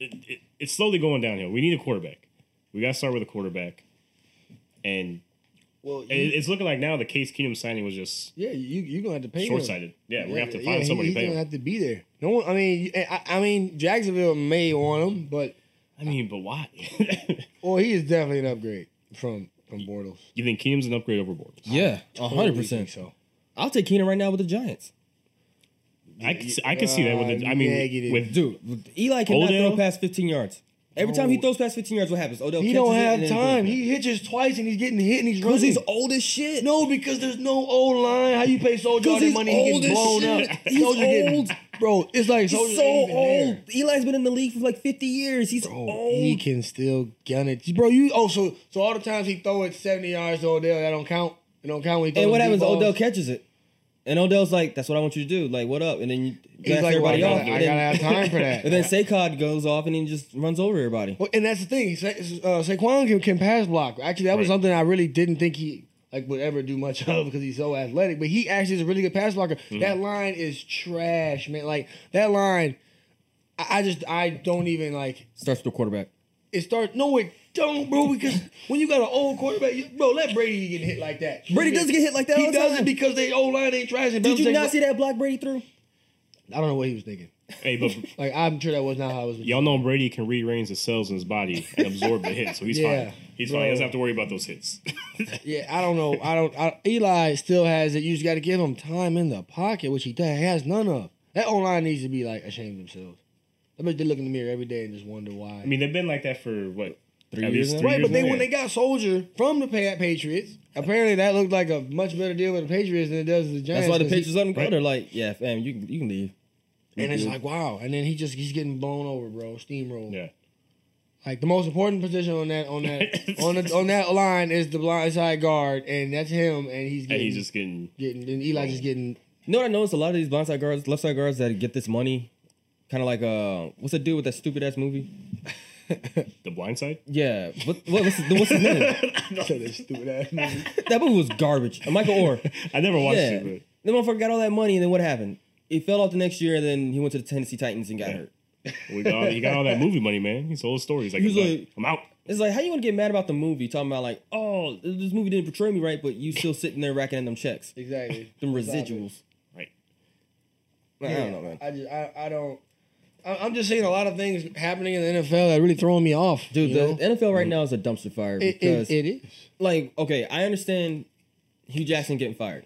Speaker 2: it, it, it's slowly going downhill. We need a quarterback. We got to start with a quarterback, and
Speaker 3: Well,
Speaker 2: it- It's looking like now the Case Keenum signing was just
Speaker 3: yeah, you you gonna have to pay.
Speaker 2: short
Speaker 3: him.
Speaker 2: sighted. Yeah, we're gonna have to
Speaker 3: Yeah,
Speaker 2: find
Speaker 3: he-
Speaker 2: somebody to
Speaker 3: He's
Speaker 2: pay
Speaker 3: gonna
Speaker 2: him.
Speaker 3: have to be there. No one. I mean, you- I, I mean, Jacksonville may want him, but
Speaker 2: I mean, but why?
Speaker 3: well, he is definitely an upgrade from from Bortles.
Speaker 2: you think Keenum's an upgrade over Bortles?
Speaker 1: yeah, hundred
Speaker 3: Totally think
Speaker 1: percent.
Speaker 3: So
Speaker 1: I'll take Keenan right now with the Giants,
Speaker 2: I could, see- I could see that with the, I mean
Speaker 3: Negative.
Speaker 2: with
Speaker 1: dude. Eli cannot
Speaker 2: Odell?
Speaker 1: throw past fifteen yards. Every time he throws past fifteen yards, what happens? Odell
Speaker 3: Oh. he
Speaker 1: catches
Speaker 3: don't
Speaker 1: it
Speaker 3: have
Speaker 1: and then
Speaker 3: time.
Speaker 1: goes
Speaker 3: He hitches twice and he's getting hit and he's running.
Speaker 1: because he's old as shit.
Speaker 3: no, because there's no old line. How you pay Soldier all
Speaker 1: Because
Speaker 3: that
Speaker 1: he's
Speaker 3: money? He
Speaker 1: old
Speaker 3: gets
Speaker 1: as
Speaker 3: blown
Speaker 1: shit.
Speaker 3: up.
Speaker 1: He's
Speaker 3: Soldier getting-
Speaker 1: old.
Speaker 3: bro. It's like
Speaker 1: He's
Speaker 3: Soldier
Speaker 1: so
Speaker 3: ain't even there.
Speaker 1: old. Eli's been in the league for like fifty years. He's
Speaker 3: Oh,
Speaker 1: old.
Speaker 3: he can still gun it, bro. You oh so so all the times he throw it seventy yards to Odell, that don't count. It don't count when he throws
Speaker 1: and what
Speaker 3: deep
Speaker 1: happens?
Speaker 3: balls.
Speaker 1: Odell catches it, and Odell's like, "That's what I want you to do. Like, what up?" And then you
Speaker 3: He's
Speaker 1: blast
Speaker 3: like, well, I,
Speaker 1: everybody
Speaker 3: gotta,
Speaker 1: off.
Speaker 3: I
Speaker 1: and,
Speaker 3: gotta
Speaker 1: then,
Speaker 3: have time for that.
Speaker 1: and then Saquon goes off and he just runs over everybody.
Speaker 3: Well, and that's the thing. Sa- Uh, Saquon can, can pass block. Actually, that was
Speaker 2: Right.
Speaker 3: something I really didn't think he like would ever do much of because he's so athletic. But he actually is a really good pass blocker.
Speaker 1: Mm-hmm.
Speaker 3: That line is trash, man. Like that line, I, I just I don't even like.
Speaker 1: Starts with the quarterback.
Speaker 3: it starts. No, it don't, bro. Because when you got an old quarterback, you, bro, let Brady get hit like that.
Speaker 1: Brady doesn't get hit like that
Speaker 3: He
Speaker 1: all the
Speaker 3: doesn't
Speaker 1: time.
Speaker 3: because they old line ain't trash.
Speaker 1: Did you not see that block Brady threw?
Speaker 3: I don't know what he was thinking.
Speaker 2: Hey, but
Speaker 3: Like I'm sure that was not how I was.
Speaker 2: y'all know Brady can rearrange the cells in his body and absorb the hit, so he's
Speaker 3: Yeah,
Speaker 2: fine. He's fine. He doesn't have to worry about those hits.
Speaker 3: Yeah, I don't know. I don't. I, Eli still has it. You just got to give him time in the pocket, which he does, has none of. That O line needs to be like ashamed of themselves. I bet they look in the mirror every day and just wonder why.
Speaker 2: I mean, they've been like that for what
Speaker 1: Three
Speaker 2: at
Speaker 1: years
Speaker 2: least
Speaker 1: now?
Speaker 2: three
Speaker 3: Right,
Speaker 2: years
Speaker 3: but they
Speaker 2: now?
Speaker 3: when they got Soldier from the Pa- Patriots, apparently that looked like a much better deal with the Patriots than it does with the Giants.
Speaker 1: That's why the
Speaker 3: 'cause he-
Speaker 1: pictures let him go. They're like, yeah, fam, you can you can leave.
Speaker 3: and it's like wow, and then he just he's getting blown over, bro, steamrolled.
Speaker 2: yeah.
Speaker 3: Like the most important position on that on that on the, on that line is the blindside guard, and that's him, and he's
Speaker 2: And
Speaker 3: getting
Speaker 2: he's just getting
Speaker 3: getting and Eli just getting
Speaker 1: You know what I noticed? A lot of these blindside guards, left side guards that get this money, kind of like uh, what's the dude with that stupid ass movie?
Speaker 2: the blind side.
Speaker 1: Yeah, what, what what's, his, what's his name?
Speaker 3: stupid ass movie.
Speaker 1: that movie was garbage. Michael Orr.
Speaker 2: I never watched
Speaker 1: Yeah,
Speaker 2: it, but
Speaker 1: the motherfucker got all that money, and then what happened? He fell off the next year, and then he went to the Tennessee Titans and got
Speaker 2: Yeah.
Speaker 1: hurt.
Speaker 2: we got all, he got all that movie money, man. He told stories like,
Speaker 1: He was
Speaker 2: "I'm out.
Speaker 1: like-
Speaker 2: I'm out.
Speaker 1: It's like how you gonna get mad about the movie? Talking about like, oh, this movie didn't portray me right, but you still sitting there racking in them checks,
Speaker 3: Exactly.
Speaker 1: them
Speaker 3: Stop it.
Speaker 1: residuals.
Speaker 2: Right.
Speaker 1: Like, I don't know, man.
Speaker 3: I just I, I don't. I- I'm just seeing a lot of things happening in the NFL that really throwing me off,
Speaker 1: Dude,
Speaker 3: you
Speaker 1: the
Speaker 3: know?
Speaker 1: NFL right now is a dumpster fire
Speaker 3: It-
Speaker 1: because,
Speaker 3: it, it is.
Speaker 1: like, okay, I understand Hugh Jackson getting fired.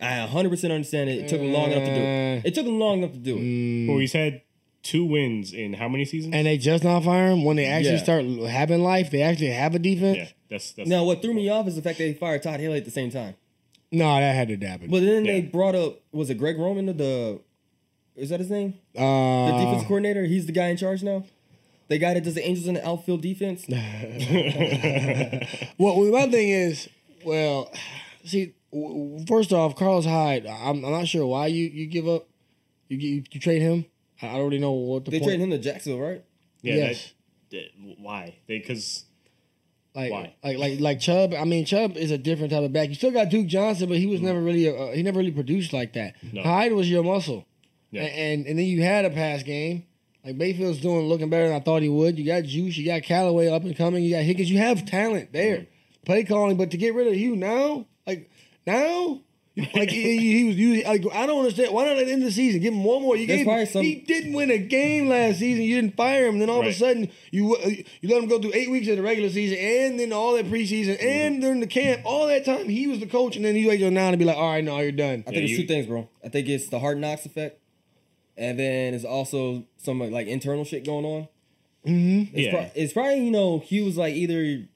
Speaker 1: I 100 percent understand it. It took him long enough to do
Speaker 3: Uh,
Speaker 1: it. It took him long enough to do it.
Speaker 2: Well, he's had two wins in how many seasons?
Speaker 3: and they just not fire him when they actually
Speaker 1: Yeah.
Speaker 3: start having life. They actually have a defense.
Speaker 2: yeah, that's that's
Speaker 1: Now, what threw me off is the fact that they fired Todd Haley at the same time.
Speaker 3: No, that had to happen.
Speaker 1: But then they
Speaker 2: Yeah.
Speaker 1: brought up was it Greg Roman or the is that his name? The
Speaker 3: uh,
Speaker 1: defense coordinator. He's the guy in charge now. The guy that does the Angels in the outfield defense.
Speaker 3: well, my thing is, well, see, w- w- first off, Carlos Hyde. I'm, I'm not sure why you, you give up. You, you you trade him. I I already know what the
Speaker 1: They
Speaker 3: point.
Speaker 1: traded him to Jacksonville, right?
Speaker 2: yeah.
Speaker 3: yes.
Speaker 2: That, that- why? Because
Speaker 3: Like,
Speaker 2: Why?
Speaker 3: like like like Chubb. I mean, Chubb is a different type of back. You still got Duke Johnson, but he was never really a, uh, he never really produced like that.
Speaker 2: Mm-hmm. No.
Speaker 3: Hyde was your muscle,
Speaker 2: Yeah.
Speaker 3: A- and, and then you had a pass game. Like Bayfield's doing looking better than I thought he would. You got Juice, you got Callaway up and coming, you got Higgins. You have talent there,
Speaker 2: Mm-hmm.
Speaker 3: play calling. But to get rid of you now, like now. like he, he- he was using, like I don't understand why not at the end of the season give him one more. You
Speaker 1: That's probably
Speaker 3: gave
Speaker 1: some-
Speaker 3: he didn't win a game last season. You didn't fire him. Then all of
Speaker 2: Right.
Speaker 3: a sudden you uh, you let him go through eight weeks of the regular season and then all that preseason and during the camp. All that time he was the coach, and then you wait till now to be like, all right, no, you're done.
Speaker 1: I think it's
Speaker 2: you-
Speaker 1: two things, bro. I think it's the hard knocks effect, and then it's also some like internal shit going on. Mm-hmm. It's,
Speaker 2: Yeah.
Speaker 1: pro- it's probably you know Hugh was like either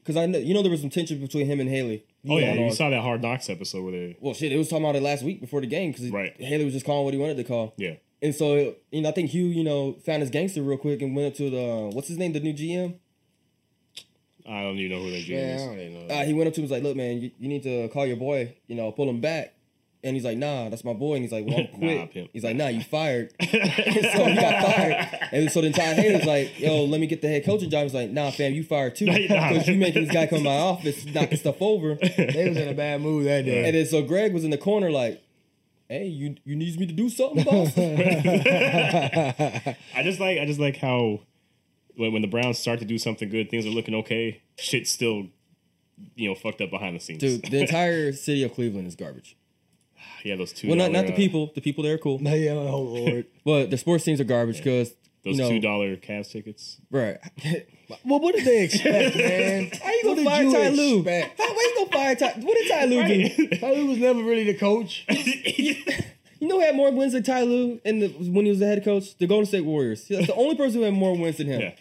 Speaker 1: because I know you know there was some tension between him and Haley.
Speaker 2: oh yeah,
Speaker 1: Going
Speaker 2: you
Speaker 1: on.
Speaker 2: saw that Hard Knocks episode where they
Speaker 1: Well, shit, it was talking about it last week before the game because
Speaker 2: Right.
Speaker 1: Haley was just calling what he wanted to call.
Speaker 2: yeah
Speaker 1: And so, you know, I think Hugh, you know, found his gangster real quick and went up to the uh, what's his name, the new GM.
Speaker 2: I don't even know who that GM
Speaker 3: Yeah, I
Speaker 2: is.
Speaker 3: don't even know.
Speaker 1: Uh, he went up to him and was like, "Look, man, you, you need to call your boy. You know, pull him back." And he's like, "Nah, that's my boy." And he's like, "Well, I'm
Speaker 2: Nah,
Speaker 1: quit."
Speaker 2: pimp.
Speaker 1: he's like, "Nah, you fired." so he got fired. And so then Todd Haley was like, "Yo, let me get the head coaching job." He's like, "Nah, fam, you fired too
Speaker 2: Nah.
Speaker 1: because you making this guy come to my office knocking stuff over."
Speaker 3: they was in a bad mood that day.
Speaker 1: And then so Greg was in the corner like, "Hey, you you needs me to do something, boss."
Speaker 2: I just like I just like how when, when the Browns start to do something good, things are looking okay. Shit's still you know fucked up behind the scenes.
Speaker 1: Dude, the entire city of Cleveland is garbage.
Speaker 2: yeah, those two.
Speaker 1: Well, not, not
Speaker 2: dollar,
Speaker 1: the
Speaker 2: uh,
Speaker 1: people. The people there are cool.
Speaker 3: yeah, oh lord.
Speaker 1: But the sports teams are garbage because,
Speaker 2: Those
Speaker 1: you know,
Speaker 2: two dollar Cavs tickets.
Speaker 1: right.
Speaker 3: well, what did they expect, man?
Speaker 1: How you
Speaker 3: What
Speaker 1: going to
Speaker 3: did
Speaker 1: fire
Speaker 3: you
Speaker 1: Ty Lue? How,
Speaker 3: expect?
Speaker 1: how you going to fire Ty? What did Ty Lue do?
Speaker 3: Ty Lue was never really the coach.
Speaker 1: You know who had more wins than Ty Lue in the, when he was the head coach? The Golden State Warriors. That's the only person who had more wins than him.
Speaker 2: Yeah.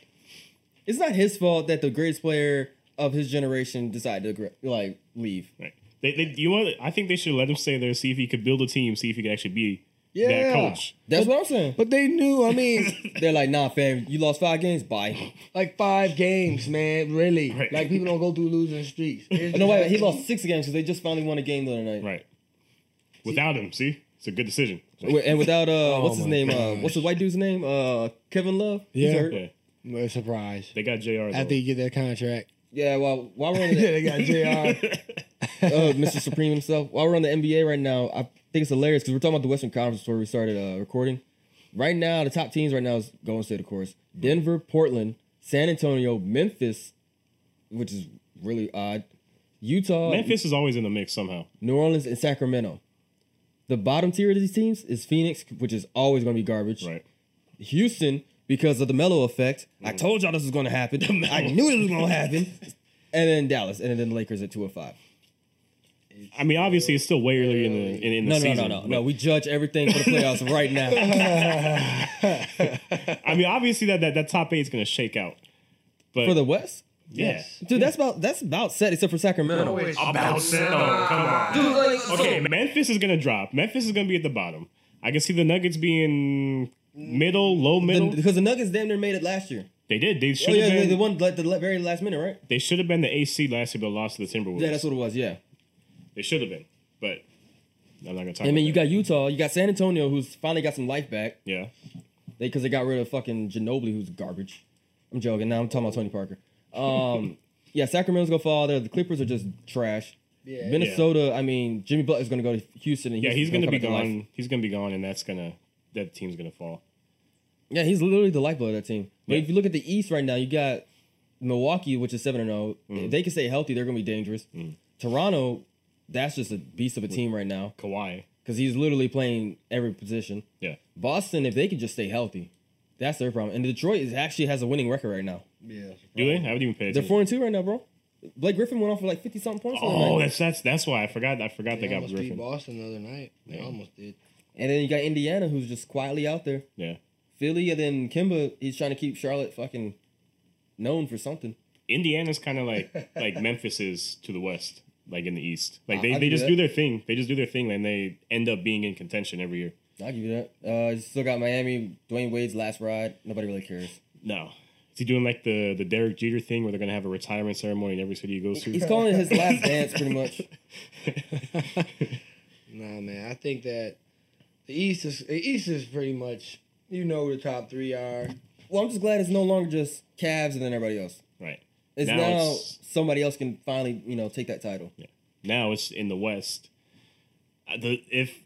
Speaker 1: It's not his fault that the greatest player of his generation decided to, gra- like, leave.
Speaker 2: Right. They, they, you know what? I think they should let him stay there, see if he could build a team, see if he could actually be
Speaker 3: Yeah.
Speaker 2: that coach.
Speaker 1: That's what I'm saying.
Speaker 3: But they knew. I mean,
Speaker 1: They're like, nah, fam, you lost five games. Bye.
Speaker 3: like five games, man. Really,
Speaker 2: Right.
Speaker 3: like people don't go through losing streaks.
Speaker 1: But no, wait, he lost six games because they just finally won a game the other night.
Speaker 2: Right. Without him, see, it's a good decision.
Speaker 1: Wi- And without uh, what's his
Speaker 3: Oh my
Speaker 1: name? Uh,
Speaker 3: gosh.
Speaker 1: what's the white dude's name? Uh, Kevin Love. He's
Speaker 3: Yeah.
Speaker 1: hurt.
Speaker 2: Yeah.
Speaker 3: No surprise.
Speaker 2: They got Jr. though.
Speaker 3: After you get that contract,
Speaker 1: Yeah, well, while we're on
Speaker 3: yeah,
Speaker 1: the,
Speaker 3: they got Jr.
Speaker 1: uh, Mr. Supreme himself, while we're on the NBA right now, I think it's hilarious because we're talking about the Western Conference before we started uh, recording. Right now, the top teams right now is Golden State, of course, Denver, Portland, San Antonio, Memphis, which is really odd, Utah,
Speaker 2: Memphis is always in the mix somehow.
Speaker 1: New Orleans, and Sacramento. The bottom tier of these teams is Phoenix, which is always going to be garbage.
Speaker 2: Right. Mm.
Speaker 1: Houston, because of the mellow effect. I told y'all this was going to happen. I knew it was going to happen. And then Dallas, and then the Lakers at two or five.
Speaker 2: I mean, obviously, it's still way early in the in, in the
Speaker 1: No, no,
Speaker 2: season.
Speaker 1: no, no,
Speaker 2: but-
Speaker 1: no. We judge everything for the playoffs right now.
Speaker 2: I mean, obviously, that that, that top eight is going to shake out. But
Speaker 1: For the West,
Speaker 2: yeah,
Speaker 1: dude, that's about that's about set except for Sacramento.
Speaker 4: No, it's
Speaker 5: About Sam. Come on.
Speaker 1: Dude, like, so-
Speaker 2: okay, Memphis is going to drop. Memphis is going to be at the bottom. I can see the Nuggets being middle, low middle.
Speaker 1: the- because the Nuggets damn near made it last year.
Speaker 2: they did. They
Speaker 1: Oh
Speaker 2: should
Speaker 1: yeah,
Speaker 2: have
Speaker 1: they,
Speaker 2: been.
Speaker 1: they won like, the le- very last minute, right?
Speaker 2: They should have been the AC last year, but lost to the Timberwolves.
Speaker 1: Yeah, that's what it was. Yeah.
Speaker 2: they should have been. But I'm not going to talk.
Speaker 1: I mean, you
Speaker 2: about
Speaker 1: got Utah, you got San Antonio, who's finally got some life back.
Speaker 2: that. yeah.
Speaker 1: They because they got rid of fucking Ginobili, who's garbage. I'm joking. Now I'm talking about Tony Parker. Um, yeah, Sacramento's gonna fall out there. The Clippers are just trash.
Speaker 3: Yeah.
Speaker 1: Minnesota, I mean, Jimmy Butler's gonna go to Houston. And
Speaker 2: Yeah, he's
Speaker 1: Houston's
Speaker 2: gonna be
Speaker 1: come back to life.
Speaker 2: gone. He's gonna be gone, and that's gonna that team's gonna fall.
Speaker 1: Yeah, he's literally the lifeblood of that team. But
Speaker 2: Yeah.
Speaker 1: if you look at the East right now, you got Milwaukee, which is seven and zero.
Speaker 2: Mm-hmm.
Speaker 1: If They can stay healthy. They're gonna be dangerous. Toronto, that's just a beast of a team right now
Speaker 2: Kawhi,
Speaker 1: because he's literally playing every position.
Speaker 2: yeah,
Speaker 1: Boston, if they can just stay healthy, that's their problem. And Detroit is actually has a winning record right now.
Speaker 3: Yeah.
Speaker 2: do they? I haven't even paid
Speaker 1: They're
Speaker 2: attention.
Speaker 1: four and two right now, bro. Blake Griffin went off for like fifty something points. the other
Speaker 2: oh,
Speaker 1: night.
Speaker 2: that's that's that's why I forgot. I forgot
Speaker 3: They,
Speaker 2: they got
Speaker 3: almost beat
Speaker 2: Griffin.
Speaker 3: Boston the other night. They almost did.
Speaker 1: and then you got Indiana, who's just quietly out there.
Speaker 2: Yeah,
Speaker 1: Philly, and then Kimba, he's trying to keep Charlotte fucking known for something.
Speaker 2: Indiana's kind of like like Memphis is to the west, like in the east. Like they,
Speaker 1: I'll
Speaker 2: they
Speaker 1: give
Speaker 2: just
Speaker 1: you
Speaker 2: do their thing. They just do their thing, and they end up being in contention every year.
Speaker 1: I'll give you that. Uh, you still got Miami, Dwayne Wade's last ride. Nobody really cares.
Speaker 2: No, is he doing like the the Derek Jeter thing where they're gonna have a retirement ceremony in every city he goes to?
Speaker 1: He's calling it his last dance, pretty much.
Speaker 3: Nah, man. I think that the East is the East is pretty much you know who the top three are.
Speaker 1: Well, I'm just glad it's no longer just Cavs and then everybody else.
Speaker 2: right
Speaker 1: It's now,
Speaker 2: Now it's-
Speaker 1: somebody else can finally, you know, take that title.
Speaker 2: now, it's in the west. Uh, The if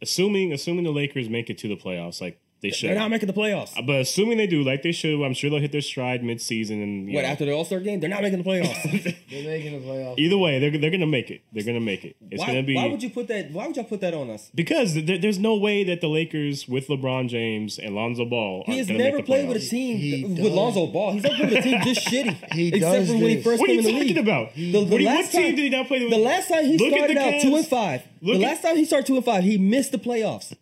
Speaker 2: assuming assuming the Lakers make it to the playoffs, like they should.
Speaker 1: They're not making the playoffs.
Speaker 2: But assuming they do, like they should, I'm sure they'll hit their stride mid-season. And you
Speaker 1: What
Speaker 2: know,
Speaker 1: after the All Star game? They're not making the playoffs.
Speaker 3: They're making the playoffs.
Speaker 2: either way, they're they're gonna make it. They're gonna make it. It's
Speaker 1: why,
Speaker 2: gonna be
Speaker 1: why would you put that? Why would y'all put that on us?
Speaker 2: because there, there's no way that the Lakers with LeBron James and Lonzo Ball
Speaker 1: He
Speaker 2: are
Speaker 1: has
Speaker 2: gonna make
Speaker 1: never
Speaker 2: the
Speaker 1: played with a
Speaker 2: playoffs.
Speaker 1: team
Speaker 3: He
Speaker 1: th- with
Speaker 3: does.
Speaker 1: Lonzo Ball. He's never played with a team this shitty.
Speaker 3: He
Speaker 1: except
Speaker 3: does
Speaker 1: for when he
Speaker 3: this.
Speaker 1: first
Speaker 2: What
Speaker 1: came
Speaker 2: are you
Speaker 1: in the
Speaker 2: talking
Speaker 1: league.
Speaker 2: about?
Speaker 1: The,
Speaker 2: what, do you- what
Speaker 1: last
Speaker 2: team
Speaker 1: time,
Speaker 2: did he not play with?
Speaker 1: the last time he
Speaker 2: Look at
Speaker 1: started
Speaker 2: the
Speaker 1: out two
Speaker 2: Cavs.
Speaker 1: and five.
Speaker 2: Look
Speaker 1: the
Speaker 2: at-
Speaker 1: last time he started two and five, he missed the playoffs.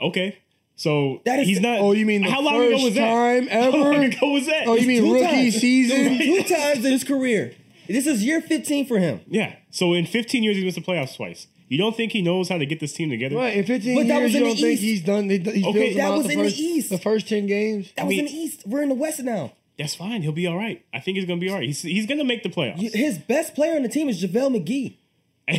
Speaker 2: Okay, so
Speaker 1: That is-
Speaker 2: he's not.
Speaker 3: Oh, you mean the
Speaker 2: how long ago
Speaker 3: first
Speaker 2: was that?
Speaker 3: time
Speaker 2: How long
Speaker 3: ever?
Speaker 2: ago was that?
Speaker 3: Oh, you mean
Speaker 1: two
Speaker 3: rookie
Speaker 1: times.
Speaker 3: season?
Speaker 1: Two times in his career. This is year fifteen for him.
Speaker 2: yeah? So in 15 years, he missed the playoffs twice. You don't think he knows how to get this team together?
Speaker 3: What in fifteen
Speaker 1: But
Speaker 3: years?
Speaker 1: that was
Speaker 3: you
Speaker 1: in
Speaker 3: don't
Speaker 1: the
Speaker 3: think
Speaker 1: East.
Speaker 3: he's done? He, he's
Speaker 2: Okay,
Speaker 3: built
Speaker 1: that
Speaker 3: them out
Speaker 1: was
Speaker 3: the
Speaker 1: in the
Speaker 3: first,
Speaker 1: East.
Speaker 3: The first ten games.
Speaker 1: That was
Speaker 2: mean-
Speaker 1: in the East. We're in the West now.
Speaker 2: That's fine. He'll be all right. I think he's gonna be all right. He's he's gonna make the playoffs.
Speaker 1: Y- His best player on the team is JaVale McGee.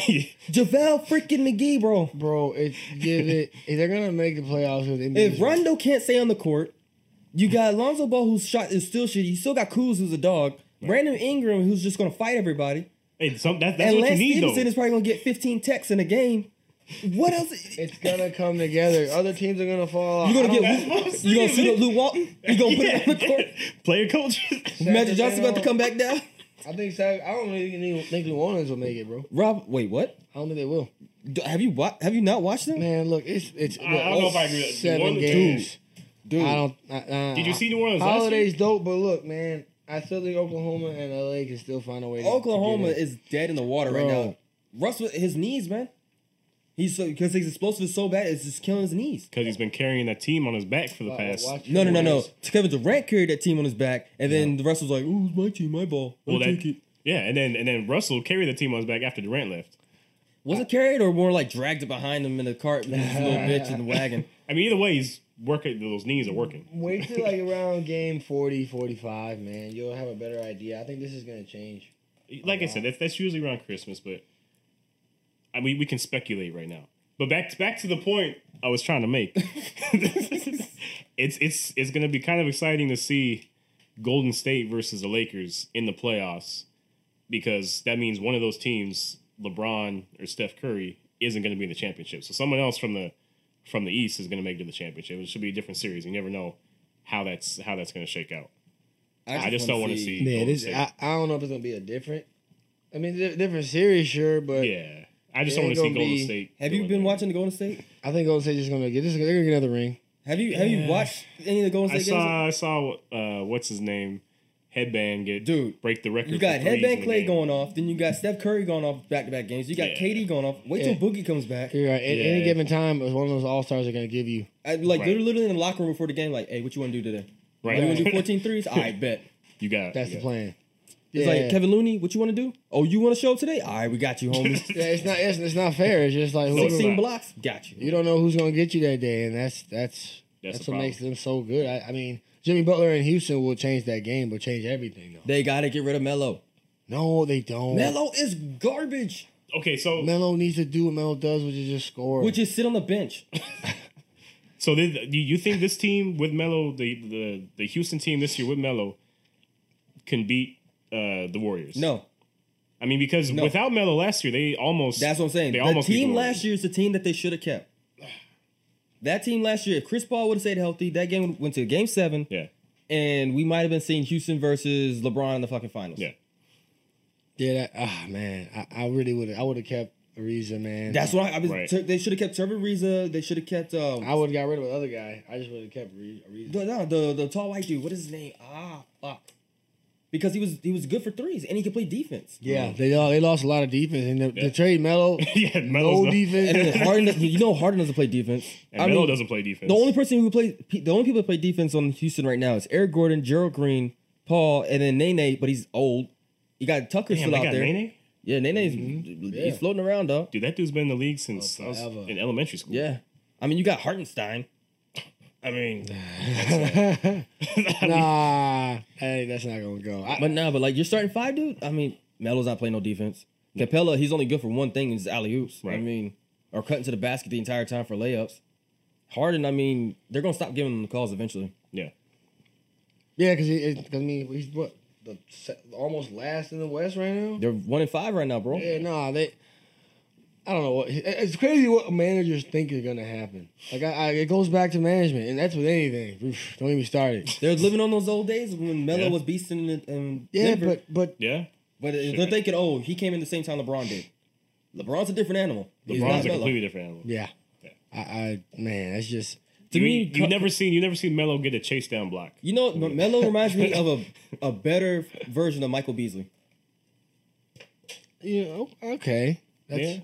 Speaker 1: JaVale freaking McGee, bro.
Speaker 3: Bro, it, give it. if they're gonna make the playoffs with NBA.
Speaker 1: If Rondo can't stay on the court, you got Lonzo Ball whose shot is still shitty. You still got Kuz who's a dog. Brandon Ingram who's just gonna fight everybody.
Speaker 2: Hey, some, that, that's
Speaker 1: and
Speaker 2: what you
Speaker 1: Lance
Speaker 2: need though.
Speaker 1: Stevenson is probably gonna get 15 techs in a game. What else?
Speaker 3: it's gonna come together. Other teams are gonna fall out.
Speaker 1: You're gonna
Speaker 3: I don't-
Speaker 1: get
Speaker 2: what I'm
Speaker 1: you gonna
Speaker 2: saying,
Speaker 1: suit
Speaker 2: man.
Speaker 1: up Lou Walton? You gonna put him on the court?
Speaker 2: Player coaches.
Speaker 1: Magic Johnson about to come back down.
Speaker 3: I think Sac- I don't really think- think New Orleans will make it, bro.
Speaker 1: Rob, wait, what?
Speaker 3: I don't think they will.
Speaker 1: Do- have you wa- have you not watched them?
Speaker 3: Man, look, it's it's.
Speaker 2: I don't know if I agree with that.
Speaker 3: Seven
Speaker 2: New Orleans-
Speaker 3: games.
Speaker 1: Dude,
Speaker 3: I don't. I, uh,
Speaker 2: Did you see New Orleans? last year?
Speaker 3: Holidays dope, but look, man, I still think Oklahoma and LA can still find a way. to- to get
Speaker 1: Oklahoma
Speaker 3: in.
Speaker 1: is dead in the water right
Speaker 3: Bro.
Speaker 1: now. Russell, his knees, man. He's so because his explosive is so bad, it's just killing his knees.
Speaker 2: because he's been carrying that team on his back for the
Speaker 3: Wa-
Speaker 2: past.
Speaker 3: watch
Speaker 1: No, no, no, no.
Speaker 3: Warriors.
Speaker 1: Kevin Durant carried that team on his back, and then the Russell's like, "Ooh, it's my team, my ball. I'll
Speaker 2: Well, that,
Speaker 1: take it."
Speaker 2: yeah, and then and then Russell carried the team on his back after Durant left.
Speaker 1: Was it carried or more like dragged it behind him in a cart with his little bitch in the wagon?
Speaker 2: I mean, either way, he's working. Those knees are working.
Speaker 3: Wait till like around game 40, 45, man. You'll have a better idea. I think this is gonna change.
Speaker 2: Like I said, that's, that's usually around Christmas, but I mean, we can speculate right now. But back back to the point I was trying to make. it's it's it's going to be kind of exciting to see Golden State versus the Lakers in the playoffs because that means one of those teams, LeBron or Steph Curry, isn't going to be in the championship. So someone else from the from the East is going to make it to the championship. It should be a different series. You never know how that's how that's going to shake out. I just don't
Speaker 1: wanna
Speaker 2: want to see.
Speaker 3: Yeah,
Speaker 2: Golden
Speaker 3: this,
Speaker 2: State.
Speaker 3: I, I don't know if it's gonna be a different. I mean, di- different series, sure, but
Speaker 2: yeah, I just
Speaker 3: It
Speaker 2: don't want
Speaker 3: ain't
Speaker 2: to see
Speaker 3: gonna
Speaker 2: Golden
Speaker 3: be-
Speaker 2: State.
Speaker 1: Have you
Speaker 2: doing
Speaker 1: been
Speaker 2: that.
Speaker 1: watching the Golden State?
Speaker 3: I think Golden State's just gonna get this. They're gonna get another ring.
Speaker 1: Have you have you watched any of the Golden
Speaker 2: I
Speaker 1: State games?
Speaker 2: saw. I saw. Uh, what's his name? Headband get
Speaker 1: Dude,
Speaker 2: break the record.
Speaker 1: You
Speaker 2: for
Speaker 1: got
Speaker 2: threes in
Speaker 1: headband
Speaker 2: the
Speaker 1: Clay
Speaker 2: game.
Speaker 1: going off, then you got Steph Curry going off back to back games. You got
Speaker 2: Yeah.
Speaker 1: KD going off. Wait
Speaker 3: Yeah.
Speaker 1: till Boogie comes back.
Speaker 3: You're right. At any
Speaker 2: Yeah.
Speaker 3: given time, it's one of those all stars are gonna give you.
Speaker 1: I, like
Speaker 2: Right.
Speaker 1: they're literally in the locker room before the game, like, hey, what you want to do today?
Speaker 2: Right.
Speaker 1: You want to do 14 threes? I bet.
Speaker 2: You got.
Speaker 3: That's
Speaker 2: you got-
Speaker 3: the plan.
Speaker 1: It's
Speaker 3: yeah.
Speaker 1: like Kevin Looney, what you want to do? Oh, you want to show up today? All right, we got you, homie.
Speaker 3: Yeah, it's not. It's, it's not fair. It's just like whoever,
Speaker 1: 16
Speaker 2: not.
Speaker 1: blocks, got you.
Speaker 3: you don't know who's gonna get you that day, and that's that's
Speaker 2: That's
Speaker 3: that's,
Speaker 2: the
Speaker 3: what makes them so good. I, I mean, Jimmy Butler in Houston will change that game, but change everything though.
Speaker 1: They got to get rid of Melo.
Speaker 3: No, they don't.
Speaker 1: Melo is garbage,
Speaker 2: Okay, so
Speaker 3: Melo needs to do what Melo does, which is just score.
Speaker 1: which is sit on the bench.
Speaker 2: so they, do you think this team with Melo, the, the the Houston team this year with Melo, can beat uh, the Warriors?
Speaker 1: No,
Speaker 2: I mean because
Speaker 1: No.
Speaker 2: without Melo last year, they almost.
Speaker 1: that's what I'm saying.
Speaker 2: They
Speaker 1: The
Speaker 2: almost beat
Speaker 1: team
Speaker 2: the Warriors.
Speaker 1: last year is the team that they should have kept. That team last year, if Chris Paul would have stayed healthy, that game went to game seven,
Speaker 2: Yeah.
Speaker 1: and we might have been seeing Houston versus LeBron in the fucking finals.
Speaker 2: Yeah.
Speaker 3: yeah, that, ah man, I, I really would. I would have kept Ariza, man.
Speaker 1: That's why I, was.
Speaker 2: Right.
Speaker 1: Tur- they should have kept Trevor Ariza. They should have kept um,
Speaker 3: I would have got rid of the other guy. I just would have kept Ari- Ariza.
Speaker 1: The, no, the the tall white dude. What is his name? Ah, fuck. Because he was he was good for threes and he could play defense.
Speaker 3: Yeah, they all, they lost a lot of defense, and the,
Speaker 2: Yeah.
Speaker 3: the trade Melo,
Speaker 2: yeah. Melo's
Speaker 3: no
Speaker 2: not,
Speaker 1: And
Speaker 3: defense.
Speaker 1: then Harden, doesn't- you know, Harden doesn't play defense.
Speaker 2: and
Speaker 1: I
Speaker 2: Melo
Speaker 1: mean,
Speaker 2: doesn't play defense.
Speaker 1: The only person who plays, the only people that play defense on Houston right now is Eric Gordon, Gerald Green, Paul, and then Nene. But he's old. You got Tucker
Speaker 2: Damn,
Speaker 1: still
Speaker 2: they
Speaker 1: out
Speaker 2: got
Speaker 1: there.
Speaker 2: Nene?
Speaker 1: Yeah, Nene's
Speaker 3: Mm-hmm. Yeah.
Speaker 1: he's floating around though.
Speaker 2: Dude, that dude's been in the league since I was
Speaker 3: forever.
Speaker 2: in elementary school.
Speaker 1: Oh, Yeah, I mean you got Hartenstein.
Speaker 2: I mean,
Speaker 3: nah, hey, that's not gonna go. I,
Speaker 1: But nah, but like you're starting five, dude. I mean, Melo's not playing no defense. Capella, he's only good for one thing, is alley oops. I
Speaker 2: Right.
Speaker 1: mean, or cutting to the basket the entire time for layups. Harden, I mean, they're gonna stop giving him the calls eventually.
Speaker 2: yeah.
Speaker 3: yeah, because I mean he's what the se- almost last in the West right now.
Speaker 1: They're one in five right now, bro.
Speaker 3: Yeah, nah, they. I don't know what it- it's crazy what managers think is gonna happen. Like I, I, it goes back to management, and that's with anything. Oof, don't even start it.
Speaker 1: They're living on those old days when Melo
Speaker 2: Yeah.
Speaker 1: was beasting in, in
Speaker 3: Yeah,
Speaker 1: Denver.
Speaker 3: but but
Speaker 2: Yeah.
Speaker 1: but they're thinking, oh, he came in the same time LeBron did. LeBron's a different animal. He's
Speaker 2: LeBron's
Speaker 1: not
Speaker 2: a
Speaker 1: Melo.
Speaker 2: completely different animal.
Speaker 3: yeah, I, I man, that's just
Speaker 1: To
Speaker 2: you,
Speaker 1: me,
Speaker 2: you
Speaker 1: co-
Speaker 2: never seen you never seen Melo get a chase down block.
Speaker 1: You know, Melo reminds me of a a better version of Michael Beasley.
Speaker 3: you know okay. That's,
Speaker 2: Yeah.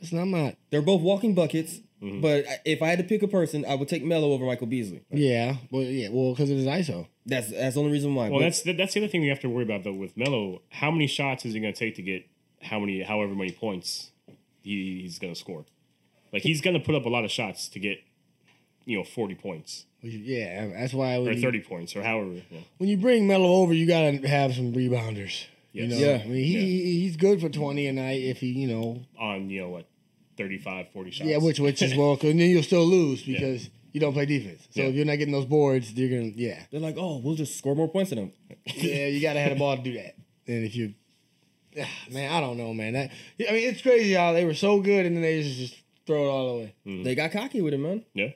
Speaker 3: that's not my
Speaker 1: They're both walking buckets,
Speaker 2: Mm-hmm.
Speaker 1: but I- if I had to pick a person, I would take Melo over Michael Beasley.
Speaker 3: yeah. Well, yeah, well, because it is ISO.
Speaker 1: That's that's the only reason why.
Speaker 2: Well,
Speaker 1: But
Speaker 2: that's that, that's the other thing we have to worry about though with Melo. How many shots is he going to take to get how many however many points he, he's going to score? Like he's going to put up a lot of shots to get you know forty points
Speaker 3: Yeah, that's why
Speaker 2: or
Speaker 3: when, you,
Speaker 2: thirty points or however. you know.
Speaker 3: when you bring Melo over, you gotta have some rebounders. You
Speaker 2: Yes.
Speaker 3: know,
Speaker 1: Yeah.
Speaker 3: I mean he,
Speaker 2: Yeah.
Speaker 3: he he's good for twenty a night if he you know
Speaker 2: On you know what 35, 40 shots.
Speaker 3: Yeah, which which is well, 'cause then you'll still lose because you don't play defense. So
Speaker 2: Yeah.
Speaker 3: if you're not getting those boards, you're gonna yeah
Speaker 1: they're like, oh, we'll just score more points than him.
Speaker 3: yeah you gotta have the ball to do that. And if you, Ah, man, I don't know, man. That I mean, it's crazy how they were so good and then they just, just throw it all away.
Speaker 2: Mm-hmm.
Speaker 1: They got cocky with it, man.
Speaker 2: yeah,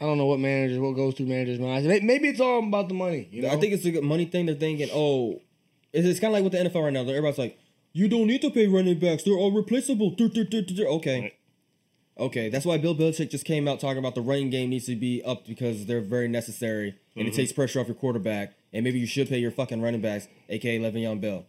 Speaker 3: I don't know what managers what goes through managers' minds. May- Maybe it's all about the money. You know,
Speaker 1: I think it's a good money thing. They're thinking, oh, it's, it's kind of like with the NFL right now. Everybody's like, you don't need to pay running backs; they're all replaceable. Dur, dur, dur, dur, dur. Okay,
Speaker 2: Right.
Speaker 1: okay, that's why Bill Belichick just came out talking about the running game needs to be up because they're very necessary and it takes pressure off your quarterback. And maybe you should pay your fucking running backs, aka Le'Veon Bell.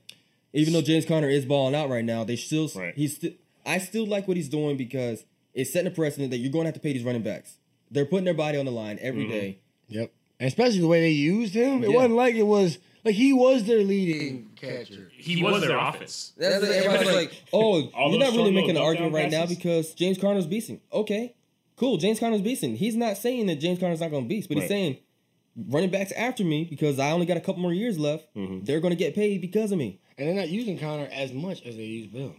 Speaker 1: Even though James Conner is balling out right now, they still
Speaker 2: Right.
Speaker 1: he's still I still like what he's doing because it's setting a precedent that you're going to have to pay these running backs. They're putting their body on the line every day.
Speaker 3: Yep, and especially the way they used him. It
Speaker 1: Yeah.
Speaker 3: wasn't like it was like he was their leading.
Speaker 4: catcher.
Speaker 5: He, was, their offense.
Speaker 1: That's the, everybody's like, oh,
Speaker 2: All
Speaker 1: you're
Speaker 2: those
Speaker 1: not really
Speaker 2: short
Speaker 1: making an
Speaker 2: little
Speaker 1: argument
Speaker 2: dump-down
Speaker 1: right now
Speaker 2: passes.
Speaker 1: because James Conner's beasting. Okay, cool. James Conner's beasting. He's not saying that James Conner's not going to beast, but he's
Speaker 2: Right.
Speaker 1: saying running backs after me because I only got a couple more years left.
Speaker 2: Mm-hmm.
Speaker 1: They're going to get paid because of me.
Speaker 3: And they're not using Connor as much as they use Bill.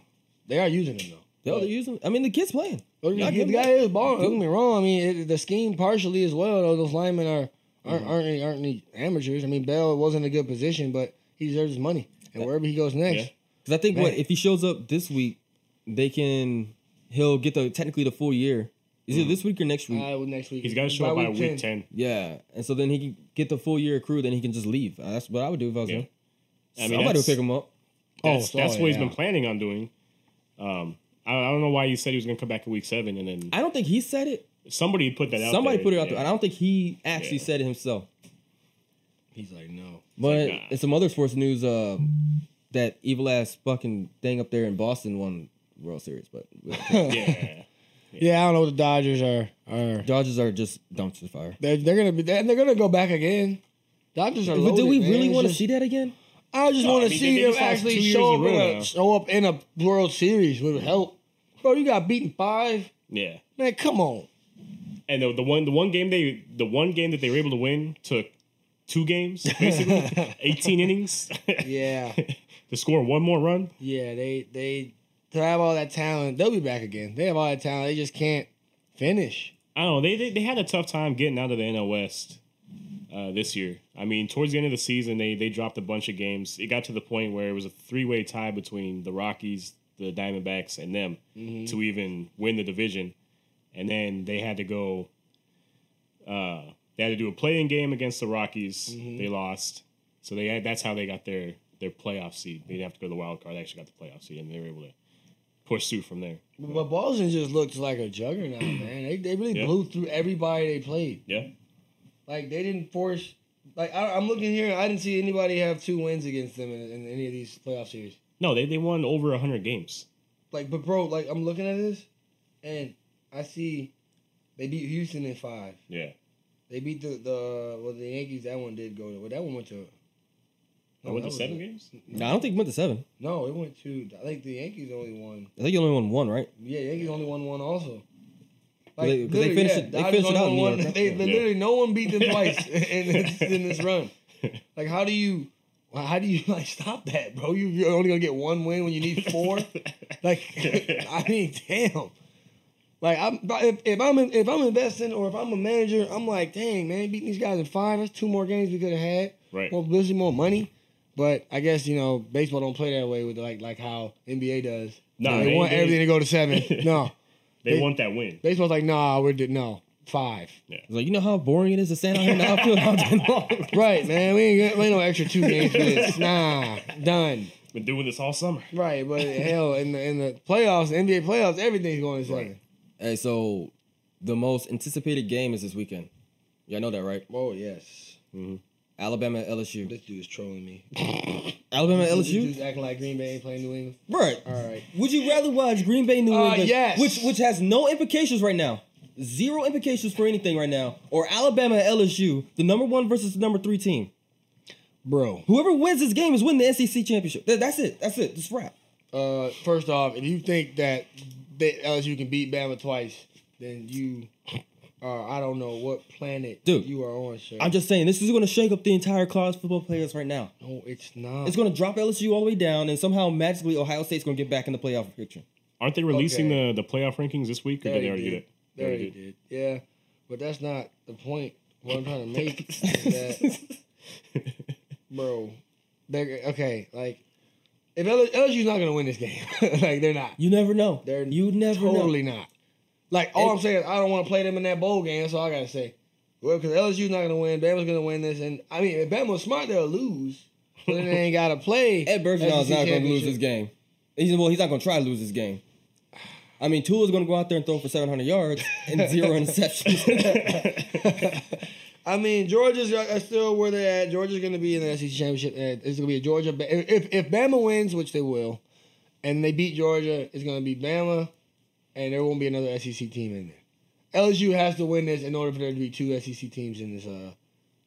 Speaker 3: They are using him though.
Speaker 1: They're using. I mean, the kid's playing.
Speaker 3: Well,
Speaker 1: Not
Speaker 3: the
Speaker 1: good
Speaker 3: guy
Speaker 1: luck.
Speaker 3: is balling. Don't get me wrong. I mean, it, the scheme partially as well. Though those linemen are aren't aren't, any, aren't any amateurs. I mean, Bell wasn't a good position, but he deserves his money. And wherever he goes next,
Speaker 2: Yeah.
Speaker 1: Because I think what
Speaker 3: Man.
Speaker 1: if he shows up this week, they can he'll get the technically the full year. Is
Speaker 2: Mm-hmm.
Speaker 1: it this week or next week?
Speaker 3: Uh, well, next week.
Speaker 2: He's got to show up by week ten.
Speaker 1: yeah, and so then he can get the full year accrued, then he can just leave. Uh, That's what I would do if I was
Speaker 2: Yeah.
Speaker 1: him.
Speaker 2: I mean,
Speaker 1: Somebody would
Speaker 2: that's-
Speaker 1: pick him up.
Speaker 2: That's,
Speaker 3: so,
Speaker 2: that's what he's
Speaker 3: yeah.
Speaker 2: been planning on doing. Um, I, I don't know why you said he was going to come back in week seven, and then
Speaker 1: I don't think he said it.
Speaker 2: somebody put that out.
Speaker 1: Somebody
Speaker 2: there,
Speaker 1: put it out there. I
Speaker 2: yeah.
Speaker 1: don't think he actually
Speaker 2: Yeah.
Speaker 1: said it himself.
Speaker 6: He's like, no.
Speaker 1: But
Speaker 2: like, nah.
Speaker 1: it's some other sports news. Uh, that evil ass fucking thing up there in Boston won World Series, but
Speaker 2: Yeah,
Speaker 3: Yeah, I don't know what the Dodgers are. are.
Speaker 1: Dodgers are just dumpster fire.
Speaker 3: They're, they're gonna be. They're, they're gonna go back again. Dodgers are.
Speaker 1: but
Speaker 3: Loaded,
Speaker 1: do we
Speaker 3: man.
Speaker 1: really
Speaker 3: It's
Speaker 1: want to
Speaker 3: just-
Speaker 1: see that again?
Speaker 3: I just
Speaker 2: No,
Speaker 3: want
Speaker 2: I
Speaker 3: to
Speaker 2: mean,
Speaker 3: see
Speaker 2: they
Speaker 3: him
Speaker 2: just lost two
Speaker 3: actually
Speaker 2: years
Speaker 3: show
Speaker 2: in a
Speaker 3: up in
Speaker 2: row
Speaker 3: a,
Speaker 2: now.
Speaker 3: show up in a World Series would help. Bro, you got beaten five.
Speaker 2: yeah.
Speaker 3: Man, come on.
Speaker 2: And the, the one the one game they the one game that they were able to win took two games basically, eighteen innings
Speaker 3: Yeah,
Speaker 2: to score one more run.
Speaker 3: yeah. They they to have all that talent, they'll be back again. They have all that talent. They just can't finish.
Speaker 2: I don't know. They, they they had a tough time getting out of the NL West uh, this year. I mean, towards the end of the season, they they dropped a bunch of games. It got to the point where it was a three way tie between the Rockies, the Diamondbacks, and them to even win the division. And then they had to go. Uh, they had to do a playing game against the Rockies. They lost, so they had, that's how they got their their playoff seed. They didn't have to go to the wild card. They actually got the playoff seed, and they were able to push through from there.
Speaker 3: But Boston just looked like a juggernaut, man. They they really
Speaker 2: Yeah.
Speaker 3: blew through everybody they played.
Speaker 2: Yeah,
Speaker 3: Like they didn't force. Like I, I'm looking here, and I didn't see anybody have two wins against them in, in any of these playoff series.
Speaker 2: no, they they won over hundred games.
Speaker 3: Like, but bro, like I'm looking at this, and I see they beat Houston in five.
Speaker 2: Yeah.
Speaker 3: They beat the the well the Yankees. That one did go to. Well, that one went to.
Speaker 2: I went
Speaker 3: that
Speaker 2: to
Speaker 3: was
Speaker 2: Oh, seven
Speaker 3: it.
Speaker 2: games.
Speaker 1: No, I don't think it went to seven.
Speaker 3: No, it went to. I think the Yankees only won.
Speaker 1: I think you only won one, right?
Speaker 3: Yeah, Yankees only won one also.
Speaker 1: They- 'cause they
Speaker 3: literally,
Speaker 1: finished it- they
Speaker 3: Dodgers
Speaker 1: finished it
Speaker 3: only
Speaker 1: out in
Speaker 3: won
Speaker 1: New
Speaker 3: One,
Speaker 1: York,
Speaker 3: they,
Speaker 1: right?
Speaker 3: they
Speaker 2: Yeah.
Speaker 3: literally no one beat them twice in this, in this run. Like, how do you? How do you like stop that, bro? You, you're only gonna get one win when you need four. like, I mean, damn. Like, I'm if, if I'm in, if I'm investing or if I'm a manager, I'm like, dang man, beating these guys in five. That's two more games we could have had.
Speaker 2: Right.
Speaker 3: More publicity, more money. But I guess you know baseball don't play that way with like like how NBA does.
Speaker 2: Nah,
Speaker 3: they,
Speaker 2: they-
Speaker 3: want
Speaker 2: they-
Speaker 3: everything to go to seven. no,
Speaker 2: they, want that win.
Speaker 3: baseball's like nah, we're di- no five.
Speaker 1: It's like you know how boring it is to stand out here in the outfield all day long.
Speaker 3: Right, man. We ain't, got- we ain't no extra two games for this. Nah, done.
Speaker 2: Been doing this all summer.
Speaker 3: Right, but hell, in the in the playoffs, the NBA playoffs, everything's going to seven.
Speaker 2: Right.
Speaker 1: Hey, so the most anticipated game is this weekend. Yeah, I know that, right?
Speaker 3: Oh yes,
Speaker 1: Alabama at LSU.
Speaker 3: this dude's trolling me.
Speaker 1: Alabama at
Speaker 3: This
Speaker 1: LSU.
Speaker 3: dude's acting like Green Bay ain't playing New England.
Speaker 1: Right.
Speaker 3: All right.
Speaker 1: Would you rather watch Green Bay New
Speaker 3: Uh,
Speaker 1: England,
Speaker 3: yes.
Speaker 1: which which has no implications right now, zero implications for anything right now, or Alabama at LSU, the number one versus the number three team?
Speaker 3: Bro,
Speaker 1: Whoever wins this game is winning the SEC championship. Th- that's it. That's it. Just wrap.
Speaker 3: uh, first off, if you think that that LSU can beat Bama twice, then you are I don't know what planet
Speaker 1: Dude.
Speaker 3: you are on, sir.
Speaker 1: I'm just saying this is going to shake up the entire college football players right now.
Speaker 3: no, it's not.
Speaker 1: It's going to drop LSU all the way down, and somehow magically Ohio State's going to get back in the playoff picture.
Speaker 2: Aren't they releasing the, the playoff rankings this week? Or
Speaker 3: They
Speaker 2: did they already
Speaker 3: already did.
Speaker 2: do it?
Speaker 3: They already did. Yeah, but that's not the point. What I'm trying to make is that, bro, they're okay. Like, if L- LSU's not gonna win this game, like they're not.
Speaker 1: You never know.
Speaker 3: They're
Speaker 1: you never
Speaker 3: totally
Speaker 1: know.
Speaker 3: not. Like all
Speaker 1: It-
Speaker 3: I'm saying is I don't want to play them in that bowl game. That's all I gotta say. Well, because LSU's not gonna win. Bama's gonna win this, and I mean, if Bama was smart, they'll lose. But then they ain't gotta play.
Speaker 1: Ed Bergeron's
Speaker 3: SEC
Speaker 1: not going to lose
Speaker 3: championship.
Speaker 1: this game. He's well, he's not going to try to lose this game. I mean, Tua's going to go out there and throw for 700 yards and zero interceptions.
Speaker 3: I mean, Georgia's are- are still where they're at. Georgia's going to be in the SEC championship. and It's going to be a Georgia. Ba- If if Bama wins, which they will, and they beat Georgia, it's going to be Bama, and there won't be another SEC team in there. LSU has to win this in order for there to be two SEC teams in this uh,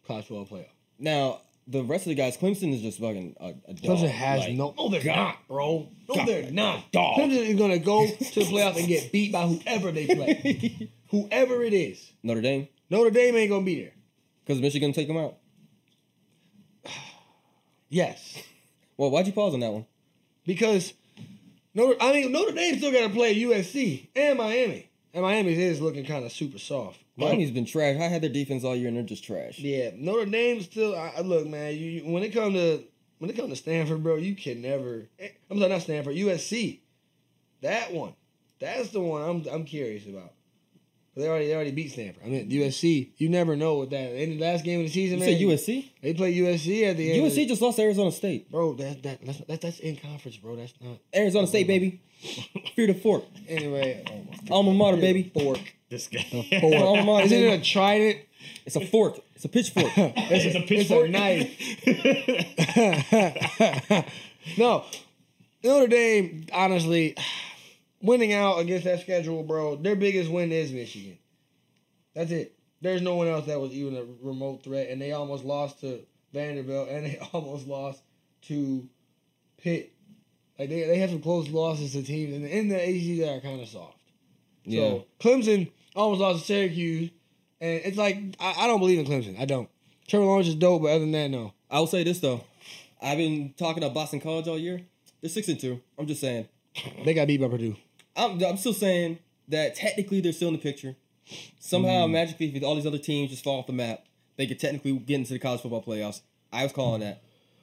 Speaker 3: college football playoff.
Speaker 1: now, the rest of the guys, Clemson is just fucking a, a dog.
Speaker 3: Clemson has
Speaker 1: Like,
Speaker 3: no.
Speaker 2: oh,
Speaker 3: No, they're not, bro. No,
Speaker 1: God,
Speaker 3: they're not.
Speaker 1: dog.
Speaker 3: Clemson oh, is going to go to the playoff and get beat by whoever they play, whoever it is.
Speaker 1: Notre Dame
Speaker 3: Notre Dame ain't going to be there.
Speaker 1: because Michigan take them out.
Speaker 3: Yes.
Speaker 1: Well, why'd you pause on that one?
Speaker 3: because Notre, I mean Notre Dame still got to play USC and Miami, and Miami is looking kind of super soft.
Speaker 1: Miami's been trash. I had their defense all year and they're just trash.
Speaker 3: Yeah, Notre Dame still. I, I- look, man, you, you- when it come to when it come to Stanford, bro, you can never. eh, I'm sorry, not Stanford, USC. That one, that's the one I'm I'm curious about. They already they already beat Stanford. I mean USC. You never know with that. In the last game of the season,
Speaker 1: You
Speaker 3: man,
Speaker 1: say USC?
Speaker 3: They play USC at the end. of
Speaker 1: USC
Speaker 3: the-
Speaker 1: just lost to Arizona State.
Speaker 3: bro. That that that's, that that's in conference, bro. That's not
Speaker 1: Arizona State, baby. Fear the fork.
Speaker 3: anyway. Oh my
Speaker 1: Alma mater, baby.
Speaker 3: fork.
Speaker 2: This guy. Oh
Speaker 1: Alma
Speaker 3: Fork.
Speaker 1: mater,
Speaker 3: Isn't
Speaker 1: baby.
Speaker 3: it a trident?
Speaker 1: It's a fork. It's a pitchfork.
Speaker 2: It's a
Speaker 3: It's
Speaker 2: pitchfork.
Speaker 3: a knife. no, Notre Dame. Honestly, winning out against that schedule, bro. Their biggest win is Michigan. That's it. There's no one else that was even a remote threat, and they almost lost to Vanderbilt, and they almost lost to Pitt. Like they, they had some close losses to teams, and in the ACC they are kind of soft.
Speaker 1: Yeah.
Speaker 3: So Clemson almost lost to Syracuse, and it's like I, I don't believe in Clemson. I don't. Trevor Lawrence is dope, but other than that, no.
Speaker 1: I will say this though. I've been talking about Boston College all year. They're six and two. I'm just saying.
Speaker 3: They got beat by Purdue.
Speaker 1: I'm, I'm still saying that technically they're still in the picture. Somehow, magically, if all these other teams just fall off the map, they could technically get into the college football playoffs. I was calling that.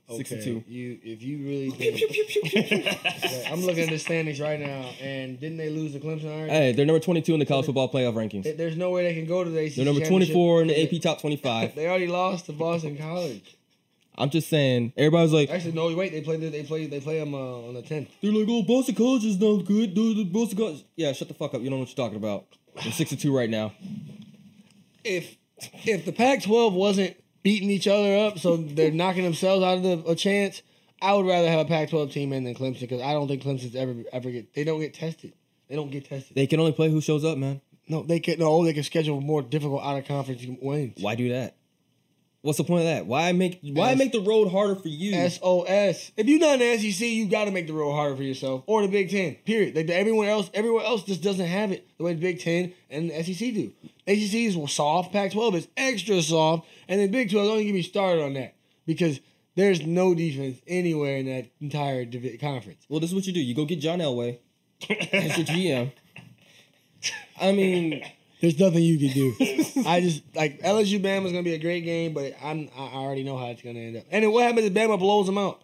Speaker 1: Six and two.
Speaker 3: You, if you really, think, Like, I'm looking at the standings right now, and didn't they lose to Clemson already?
Speaker 1: Hey, they're number 22 in the college football playoff rankings.
Speaker 3: There- There's no way they can go to the ACC.
Speaker 1: They're number
Speaker 3: championship.
Speaker 1: 24 in the AP top 25.
Speaker 3: They already lost to Boston College.
Speaker 1: I'm just saying, everybody's like,
Speaker 3: Actually, no, wait. They play. They play. They play them uh, on the 10th.
Speaker 1: they're like, oh, Boston College is not good. Dude, the Boston College. Yeah, shut the fuck up. You don't know what you're talking about. They're six and two right now.
Speaker 3: if if the Pac-12 wasn't beating each other up, so they're knocking themselves out of the, a chance, I would rather have a Pac-12 team in than Clemson because I don't think Clemson's ever ever get they don't get tested. They don't get tested.
Speaker 1: They can only play who shows up, man.
Speaker 3: no, they can no they can schedule more difficult out of conference wins.
Speaker 1: Why do that? What's the point of that? Why make why
Speaker 3: Yes.
Speaker 1: make the road harder for you?
Speaker 3: SOS. If you're not in the SEC, you got to make the road harder for yourself or the Big Ten. Period. Like everyone else, everyone else just doesn't have it the way the Big Ten and the SEC do. SEC is well, soft. Pac-12 is extra soft, and then Big 12 don't even get me started on that because there's no defense anywhere in that entire divi- conference.
Speaker 1: Well, this is what you do. You go get John Elway as your GM. I mean,
Speaker 3: There's nothing you can do. I just like LSU Bama's gonna be a great game, but I'm I I already know how it's gonna end up. And then what happens if Bama blows them out?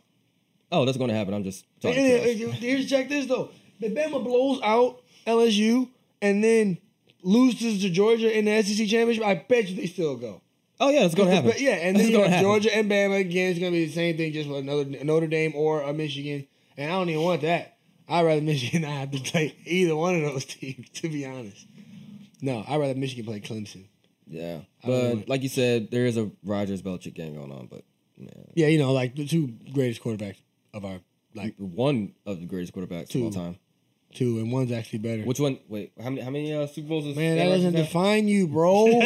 Speaker 1: oh, that's going to happen. I'm just talking.
Speaker 3: And- and-
Speaker 1: trash.
Speaker 3: and here's check this though. The Bama blows out LSU and then loses to Georgia in the SEC championship. I bet you they still go.
Speaker 1: Oh yeah, that's going to happen.
Speaker 3: But yeah, and
Speaker 1: This
Speaker 3: then
Speaker 1: is
Speaker 3: you
Speaker 1: gonna
Speaker 3: have
Speaker 1: happen.
Speaker 3: Georgia and Bama again. It's gonna be the same thing, just with another Notre Dame or a Michigan. And I don't even want that. I'd rather Michigan not have to play either one of those teams. To be honest, no, I'd rather Michigan play Clemson.
Speaker 1: Yeah,
Speaker 3: I don't know.
Speaker 1: but like you said, there is a Rogers Belichick game going on, but
Speaker 3: Yeah, you know, like the two greatest quarterbacks of our like
Speaker 1: one of the greatest quarterbacks of all
Speaker 3: Two.
Speaker 1: time.
Speaker 3: two, and one's actually better.
Speaker 1: Which one? Wait, how many? How many uh, Super Bowls? Does
Speaker 3: Man, that
Speaker 1: Aaron Rodgers
Speaker 3: doesn't
Speaker 1: have?
Speaker 3: define you, bro.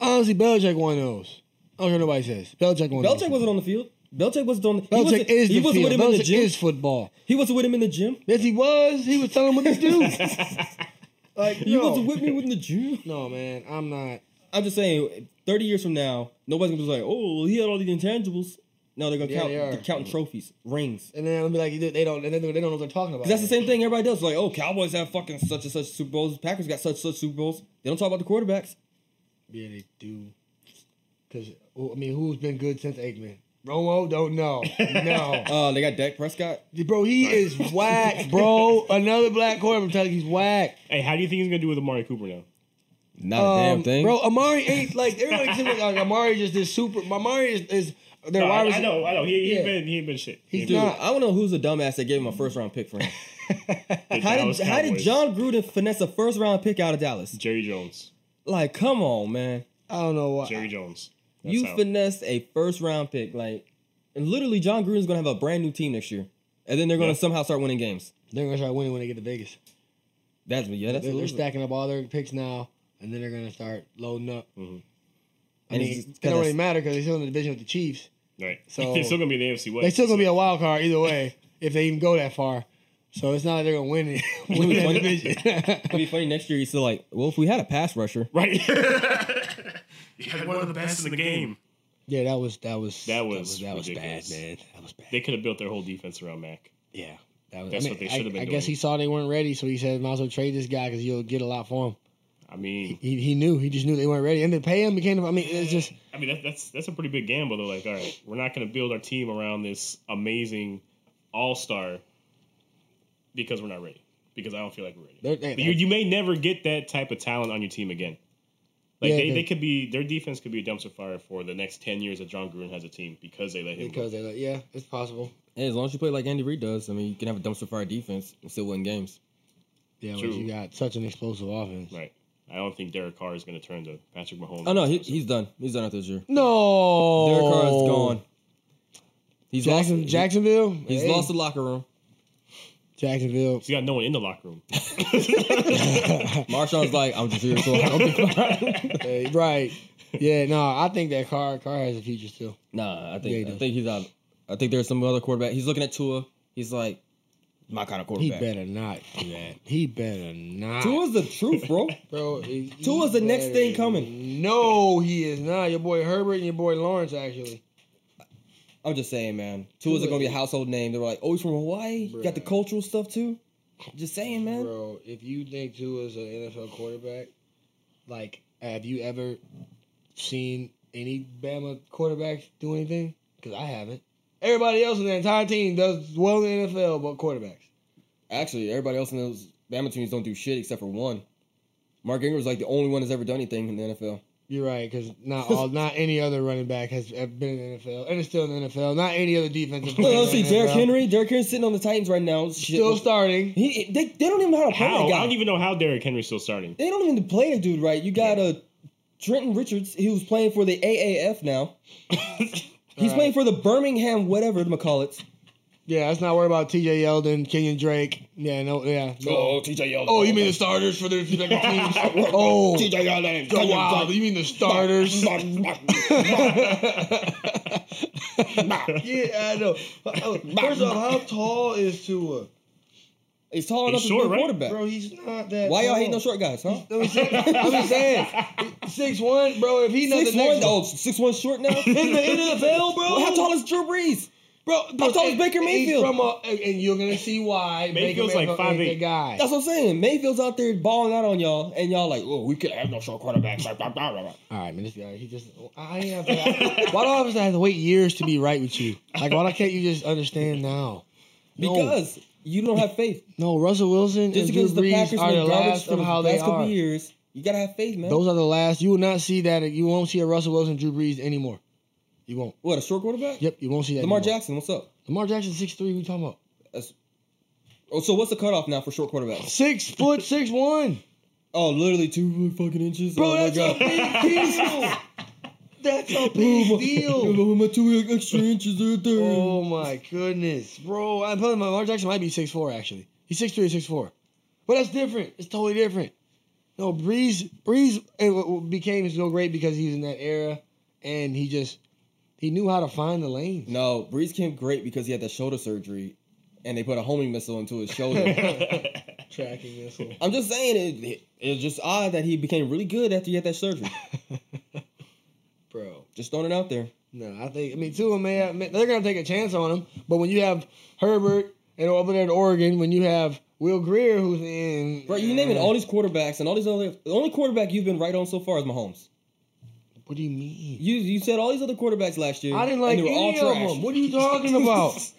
Speaker 3: Honestly, Belichick won those. I don't care what nobody says. Belichick won those.
Speaker 1: Belichick wasn't on the field. Belichick wasn't on. The, he
Speaker 3: Belichick
Speaker 1: wasn't,
Speaker 3: is
Speaker 1: he
Speaker 3: the
Speaker 1: wasn't
Speaker 3: field.
Speaker 1: with him in the
Speaker 3: Belichick
Speaker 1: gym.
Speaker 3: is football.
Speaker 1: He wasn't with him in the gym.
Speaker 3: Yes, he was. He was telling him what to do. like,
Speaker 1: You
Speaker 3: no.
Speaker 1: wasn't with me in the gym.
Speaker 3: no, man, I'm not.
Speaker 1: I'm just saying, 30 years from now, nobody's gonna be like, oh, well, he had all these intangibles. No, they're gonna
Speaker 3: Yeah,
Speaker 1: count
Speaker 3: they
Speaker 1: they
Speaker 3: are. Mm.
Speaker 1: are counting trophies, rings.
Speaker 3: And then I'll be like, they don't. And then they don't know what they're talking about.
Speaker 1: 'Cause that's the same thing everybody does. Like, oh, Cowboys have fucking such and such Super Bowls. Packers got such such Super Bowls. They don't talk about the quarterbacks.
Speaker 3: Yeah, they do. Because I mean, who's been good since Aikman? Romo? Don't know. No.
Speaker 1: Uh, they got Dak Prescott.
Speaker 3: Bro, he is whack, bro. Another black quarterback. I'm telling you, he's whack.
Speaker 2: Hey, how do you think he's gonna do with Amari Cooper now?
Speaker 1: Not a
Speaker 3: Um,
Speaker 1: damn thing.
Speaker 3: Bro, Amari ain't like everybody thinks like Amari just this super. Amari is, is their
Speaker 2: No,
Speaker 3: wide
Speaker 2: I, I
Speaker 3: receiver-
Speaker 2: know, I know. He, he
Speaker 3: Yeah.
Speaker 2: ain't been, he ain't been shit. He
Speaker 3: He's
Speaker 2: ain't been
Speaker 1: Dude,
Speaker 3: not.
Speaker 1: I don't know who's the dumbass that gave him a first round pick for him.
Speaker 2: shit. The
Speaker 1: How
Speaker 2: Dallas
Speaker 1: did, how did
Speaker 2: Cowboys.
Speaker 1: John Gruden finesse a first round pick out of Dallas?
Speaker 2: Jerry Jones?
Speaker 1: Like, come on, man.
Speaker 3: I don't know why.
Speaker 2: Jerry Jones. That's
Speaker 1: You
Speaker 2: how.
Speaker 1: finessed a first round pick. Like, and literally, John Gruden's gonna have a brand new team next year. And then they're gonna
Speaker 2: Yeah.
Speaker 1: somehow start winning games.
Speaker 3: They're gonna start winning when they get to Vegas.
Speaker 1: That's yeah, that's
Speaker 3: They're, they're
Speaker 1: that's-
Speaker 3: stacking up all their picks now, and then they're gonna start loading up.
Speaker 2: Mm-hmm.
Speaker 3: I
Speaker 1: And
Speaker 3: mean,
Speaker 1: it's
Speaker 3: it
Speaker 1: just
Speaker 3: don't really
Speaker 1: kinda-
Speaker 3: matter because they're still in the division with the Chiefs.
Speaker 2: Right.
Speaker 3: So-
Speaker 2: they're still gonna be in the AFC West.
Speaker 3: They're still gonna be a wild card either way if they even go that far. So it's not like they're gonna win it.
Speaker 1: It'd
Speaker 3: win
Speaker 1: be
Speaker 3: that
Speaker 1: funny-
Speaker 3: division.
Speaker 1: It'd be funny next year. He's still like, well, if we had a pass rusher,
Speaker 2: right.
Speaker 5: You had one of the best in the game.
Speaker 3: yeah, that was that was
Speaker 2: That was
Speaker 3: that was, bad,
Speaker 2: ridiculous.
Speaker 3: man. That was bad.
Speaker 2: they could have built their whole defense around Mac.
Speaker 3: yeah, that was.
Speaker 2: That's
Speaker 3: I mean,
Speaker 2: what they
Speaker 3: I-
Speaker 2: should have been
Speaker 3: I guess
Speaker 2: doing.
Speaker 3: he saw they weren't ready, so he said, "Might as well trade this guy because you'll get a lot for him."
Speaker 2: I mean,
Speaker 3: He, he knew. He just knew they weren't ready. And to pay him became. I mean, it's just
Speaker 2: I mean that, that's that's a pretty big gamble. They're like, all right, we're not going to build our team around this amazing all star because we're not ready. because I don't feel like we're ready.
Speaker 3: They're- they-
Speaker 2: But you, you may never get that type of talent on your team again. Like
Speaker 3: Yeah,
Speaker 2: they,
Speaker 3: they-
Speaker 2: they could be their defense could be a dumpster fire for the next ten years that John Gruden has a team because they let him. go.
Speaker 3: because they're like, yeah, it's possible.
Speaker 1: Hey, as long as you play like Andy Reid does, I mean, you can have a dumpster fire defense and still win games.
Speaker 3: Yeah, but
Speaker 2: True.
Speaker 3: you got such an explosive offense.
Speaker 2: Right. I don't think Derek Carr is going to turn to Patrick Mahomes.
Speaker 1: Oh no, he, he's done. He's done after this year.
Speaker 3: No,
Speaker 1: Derek Carr is gone. He's
Speaker 3: Oh. Jackson,
Speaker 1: lost.
Speaker 3: Jacksonville.
Speaker 1: He's
Speaker 3: Hey,
Speaker 1: lost the locker room.
Speaker 3: Jacksonville.
Speaker 2: He's got no one in the locker room.
Speaker 1: Marshawn's like, I'm just here, so I'll be fine.
Speaker 3: Hey, right. Yeah, no, I think that Carr Carr has a future still.
Speaker 1: Nah, I
Speaker 3: Yeah, he
Speaker 1: think I
Speaker 3: does.
Speaker 1: think he's out. I think there's some other quarterback. He's looking at Tua. He's like, my kind of
Speaker 3: He
Speaker 1: quarterback.
Speaker 3: better not do that. He better not.
Speaker 1: Tua's the truth, bro.
Speaker 3: Bro, he- he
Speaker 1: Tua's the next
Speaker 3: better-
Speaker 1: thing coming.
Speaker 3: No, he is not. Your boy Herbert and your boy Lawrence actually.
Speaker 1: I'm just saying, man. Tua's
Speaker 3: Tua-
Speaker 1: gonna be a household name. They were like, oh, he's from Hawaii. You Got the
Speaker 3: Bruh.
Speaker 1: cultural stuff too. Just saying, man.
Speaker 3: Bro, if you think Tua's an NFL quarterback, like have you ever seen any Bama quarterbacks do anything? Because I haven't. Everybody else in the entire team does well in the NFL, but quarterbacks.
Speaker 1: Actually, everybody else in those Bama teams don't do shit except for one. Mark Ingram's like the only one that's ever done anything in the NFL.
Speaker 3: You're right, because not all, not any other running back has been in the NFL, and it's still in the NFL. Not any other defensive player.
Speaker 1: Well, let's
Speaker 3: in
Speaker 1: see,
Speaker 3: the
Speaker 1: Derrick
Speaker 3: NFL.
Speaker 1: Henry. Derrick Henry's sitting on the Titans right now. Shit.
Speaker 3: still starting.
Speaker 1: He, they, they don't even know how to play
Speaker 2: How?
Speaker 1: that guy.
Speaker 2: I don't even know how Derrick Henry's still starting.
Speaker 1: they don't even play the dude right. You got uh, Trenton Richards. He was playing for the AAF now. He's
Speaker 3: Alright.
Speaker 1: playing for the Birmingham whatever to call it.
Speaker 3: Yeah, let's not worry about T.J. Yeldon, Kenyon Drake. Yeah, no, yeah. No.
Speaker 1: TJ Yeldon.
Speaker 3: Oh, you mean the starters for their respective teams? oh,
Speaker 1: Yeldon.
Speaker 3: oh, wow. You mean the starters? yeah, I know. Oh, First off, how tall is Tua?
Speaker 1: He's tall enough
Speaker 2: He's
Speaker 1: to
Speaker 2: short,
Speaker 1: be a
Speaker 2: right?
Speaker 1: quarterback.
Speaker 3: Bro, he's not that.
Speaker 1: Why y'all
Speaker 3: tall.
Speaker 1: hating on short guys, huh?
Speaker 3: I'm just saying- I'm just saying, six one, bro. If he not
Speaker 1: Six
Speaker 3: the
Speaker 1: one,
Speaker 3: next
Speaker 1: oh, six one short now.
Speaker 3: in the in the NFL, bro.
Speaker 1: Well, how tall is Drew Brees?
Speaker 3: bro?
Speaker 1: how tall is Baker
Speaker 3: he's
Speaker 1: Mayfield?
Speaker 3: From uh, a, and and you're gonna see why
Speaker 2: Mayfield's like
Speaker 3: Baker Mayfield
Speaker 2: 5'8".
Speaker 3: ain't the guy.
Speaker 1: That's what I'm saying. Mayfield's out there balling out on y'all, and y'all like, oh, we could have no short quarterbacks. Like, blah, blah, blah, blah.
Speaker 3: All right, man. This guy, he just. I have to, why do I always have to wait years to be right with you? Like, why can't you just understand now? No.
Speaker 1: Because you don't have faith.
Speaker 3: No, Russell Wilson
Speaker 1: Just
Speaker 3: and Drew
Speaker 1: because the
Speaker 3: Brees
Speaker 1: Packers
Speaker 3: are the
Speaker 1: were garbage
Speaker 3: last
Speaker 1: for
Speaker 3: of
Speaker 1: the
Speaker 3: how
Speaker 1: last
Speaker 3: they
Speaker 1: couple
Speaker 3: are.
Speaker 1: years, you gotta have faith, man.
Speaker 3: Those are the last. You will not see that. You won't see a Russell Wilson, Drew Brees anymore. You won't.
Speaker 1: what a short quarterback?
Speaker 3: Yep, you won't see that.
Speaker 1: Lamar
Speaker 3: anymore.
Speaker 1: Jackson, what's up?
Speaker 3: Lamar Jackson, six three. We talking about
Speaker 1: Oh, so what's the cutoff now for short quarterbacks?
Speaker 3: six foot six one.
Speaker 1: Oh, literally two fucking inches.
Speaker 3: Bro,
Speaker 1: oh
Speaker 3: that's a big deal. That's a big deal.
Speaker 1: Oh, my two extra inches right there.
Speaker 3: Oh my goodness, bro! I'm telling you, Lamar Jackson might be six four actually. He's six three or six four, but that's different. It's totally different. No, Breeze, Breeze it w- w- became so great because he was in that era, and he just he knew how to find the lane.
Speaker 1: No, Brees came great because he had that shoulder surgery, and they put a homing missile into his shoulder.
Speaker 3: Tracking missile.
Speaker 1: I'm just saying, it, it, it's just odd that he became really good after he had that surgery.
Speaker 3: bro.
Speaker 1: Just throwing it out there.
Speaker 3: No, I think I mean Tua may have, may- they're gonna take a chance on him, but when you have Herbert and over there at Oregon, when you have Will Greer who's in,
Speaker 1: Bro, you naming all these quarterbacks and all these other. The only quarterback you've been right on so far is Mahomes.
Speaker 3: What do you mean?
Speaker 1: You you said all these other quarterbacks last year.
Speaker 3: I didn't like
Speaker 1: and they were
Speaker 3: any
Speaker 1: all
Speaker 3: of
Speaker 1: trash.
Speaker 3: them. What are you talking about?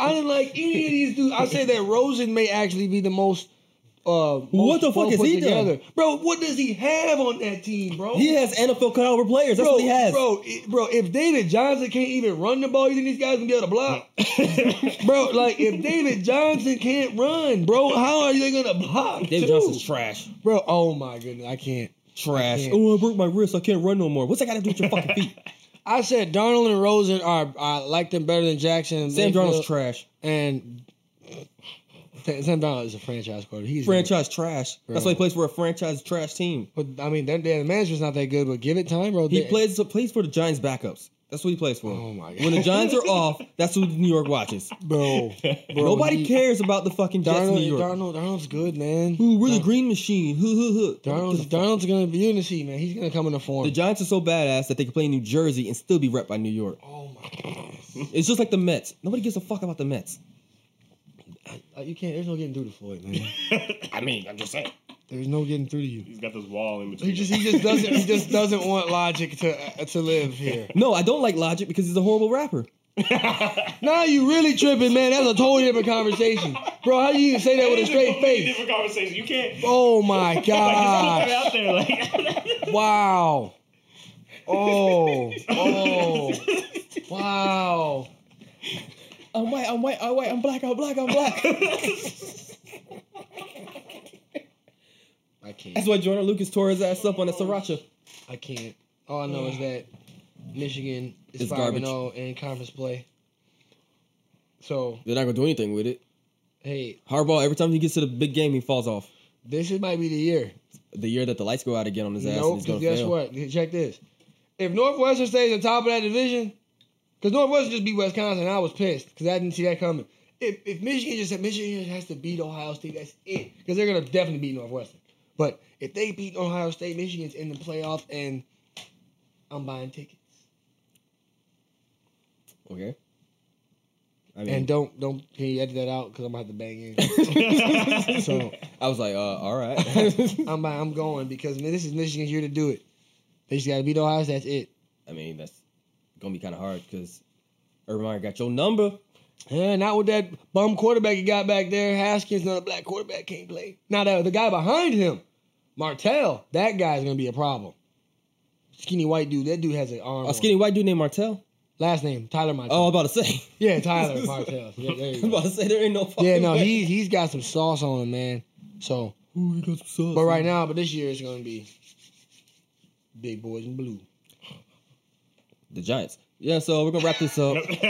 Speaker 3: I didn't like any of these dudes. I say that Rosen may actually be the most. Uh, most
Speaker 1: What the fuck
Speaker 3: well
Speaker 1: has
Speaker 3: put
Speaker 1: he done?
Speaker 3: bro? What does he have on that team, bro?
Speaker 1: He has NFL cutover players. That's
Speaker 3: bro,
Speaker 1: what he has.
Speaker 3: bro, i- bro. If David Johnson can't even run the ball, you think these guys gonna be able to block? bro, like if David Johnson can't run, bro, how are they gonna block?
Speaker 1: David
Speaker 3: too?
Speaker 1: Johnson's trash.
Speaker 3: bro. Oh my goodness, I can't.
Speaker 1: Trash.
Speaker 3: can't.
Speaker 1: Oh, I broke my wrist. I can't run no more. What's that got to do with your fucking feet?
Speaker 3: I said Darnold and Rosen are. I like them better than Jackson.
Speaker 1: Sam
Speaker 3: Darnold's
Speaker 1: Darnold's trash.
Speaker 3: and Sam Sam Donald is a franchise quarterback. He's
Speaker 1: Franchise trash. That's why he plays for a franchise trash team.
Speaker 3: But I mean, their, their management's not that good. But give it time, bro.
Speaker 1: He
Speaker 3: They-
Speaker 1: plays plays for the Giants backups. That's what he plays for.
Speaker 3: Oh my God.
Speaker 1: When the Giants are off, that's who New York watches.
Speaker 3: bro. bro
Speaker 1: Nobody
Speaker 3: he-
Speaker 1: cares about the fucking Jets in New
Speaker 3: Darnold,
Speaker 1: York.
Speaker 3: Darnold, Darnold's good, man.
Speaker 1: Ooh, we're the green machine. Hoo hoo hoo.
Speaker 3: Darnold's, Darnold's gonna be you're gonna see, man. He's gonna come into form.
Speaker 1: The Giants are so badass that they can play in New Jersey and still be rep by New York.
Speaker 3: oh my goodness,
Speaker 1: It's just like the Mets. Nobody gives a fuck about the Mets.
Speaker 3: Uh, you can't. There's no getting through to Floyd, man.
Speaker 2: I mean, I'm just saying.
Speaker 3: There's no getting through to you.
Speaker 2: He's got this wall in
Speaker 3: He
Speaker 2: between.
Speaker 3: just, he just doesn't, he just doesn't want logic to uh, to live here.
Speaker 1: No, I don't like Logic because he's a horrible rapper.
Speaker 3: Now you really tripping, man. That's a totally different conversation, bro. How do you even say that with a
Speaker 2: It's
Speaker 3: straight
Speaker 2: completely
Speaker 3: face?
Speaker 2: Different conversation. You can't.
Speaker 3: Oh my
Speaker 2: Like,
Speaker 3: god!
Speaker 2: just keep that out there. Like,
Speaker 3: Wow. Oh. Oh. Wow. I'm white. I'm white. I'm white. I'm black. I'm black. I'm black. I can't.
Speaker 1: That's why Jordan Lucas tore his ass up on a sriracha.
Speaker 3: I can't. All I know is that Michigan is
Speaker 1: It's
Speaker 3: five and
Speaker 1: garbage.
Speaker 3: zero in conference play. So
Speaker 1: They're not gonna do anything with it.
Speaker 3: hey,
Speaker 1: Harbaugh, every time he gets to the big game, he falls off.
Speaker 3: this is, might be the year.
Speaker 1: The year that the lights go out again on his ass, and
Speaker 3: No,
Speaker 1: he's
Speaker 3: because
Speaker 1: gonna
Speaker 3: guess
Speaker 1: fail.
Speaker 3: what? Check this. If Northwestern stays on top of that division, because Northwestern just beat Wisconsin, I was pissed because I didn't see that coming. If, if Michigan just said Michigan just has to beat Ohio State, that's it. Because they're gonna definitely beat Northwestern. But if they beat Ohio State, Michigan's in the playoff, and I'm buying tickets.
Speaker 1: Okay. I mean,
Speaker 3: And don't don't can you edit that out because I'm gonna have to bang in. so
Speaker 1: I was like, uh, all right.
Speaker 3: I'm I'm going because man, this is Michigan's year to do it. They just gotta beat Ohio. State, That's it.
Speaker 1: I mean, that's gonna be kind of hard because Urban Meyer got your number.
Speaker 3: Yeah, not with that bum quarterback you got back there. Haskins, another black quarterback, can't play. Now that the guy behind him, Martell, that guy's gonna be a problem. Skinny white dude. That dude has an arm.
Speaker 1: A skinny
Speaker 3: on him.
Speaker 1: white dude named Martell.
Speaker 3: Last name Tyler Martell.
Speaker 1: Oh, I'm about to say.
Speaker 3: yeah, Tyler Martell. Yeah, there you
Speaker 1: I'm about
Speaker 3: go.
Speaker 1: to say there ain't no fucking.
Speaker 3: yeah, no,
Speaker 1: way.
Speaker 3: he he's got some sauce on him, man. So,
Speaker 1: Ooh, he got some sauce.
Speaker 3: but right now, but this year it's gonna be big boys in blue.
Speaker 1: the Giants. Yeah, so we're gonna wrap this up.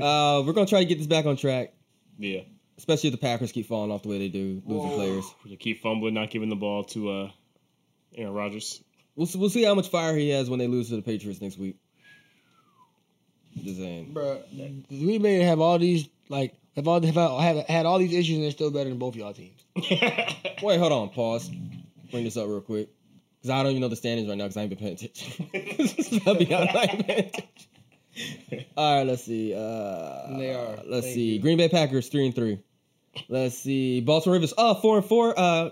Speaker 1: uh, we're gonna try to get this back on track,
Speaker 2: yeah.
Speaker 1: especially if the Packers keep falling off the way they do, losing players.
Speaker 2: They keep fumbling, not giving the ball to uh, Aaron Rodgers.
Speaker 1: We'll s- we'll see how much fire he has when they lose to the Patriots next week. Just saying.
Speaker 3: Bro, we may have all these like have all have, have had all these issues and they're still better than both y'all teams.
Speaker 1: Wait, hold on. Pause. Bring this up real quick. Because I don't even know the standings right now because I ain't been paying attention. I'll be honest, I ain't paying attention. All right, let's see. Uh,
Speaker 3: They are.
Speaker 1: Let's
Speaker 3: Thank
Speaker 1: see.
Speaker 3: you.
Speaker 1: Green Bay Packers, 3 and 3. Let's see. Baltimore Ravens, uh, 4 and 4. Uh,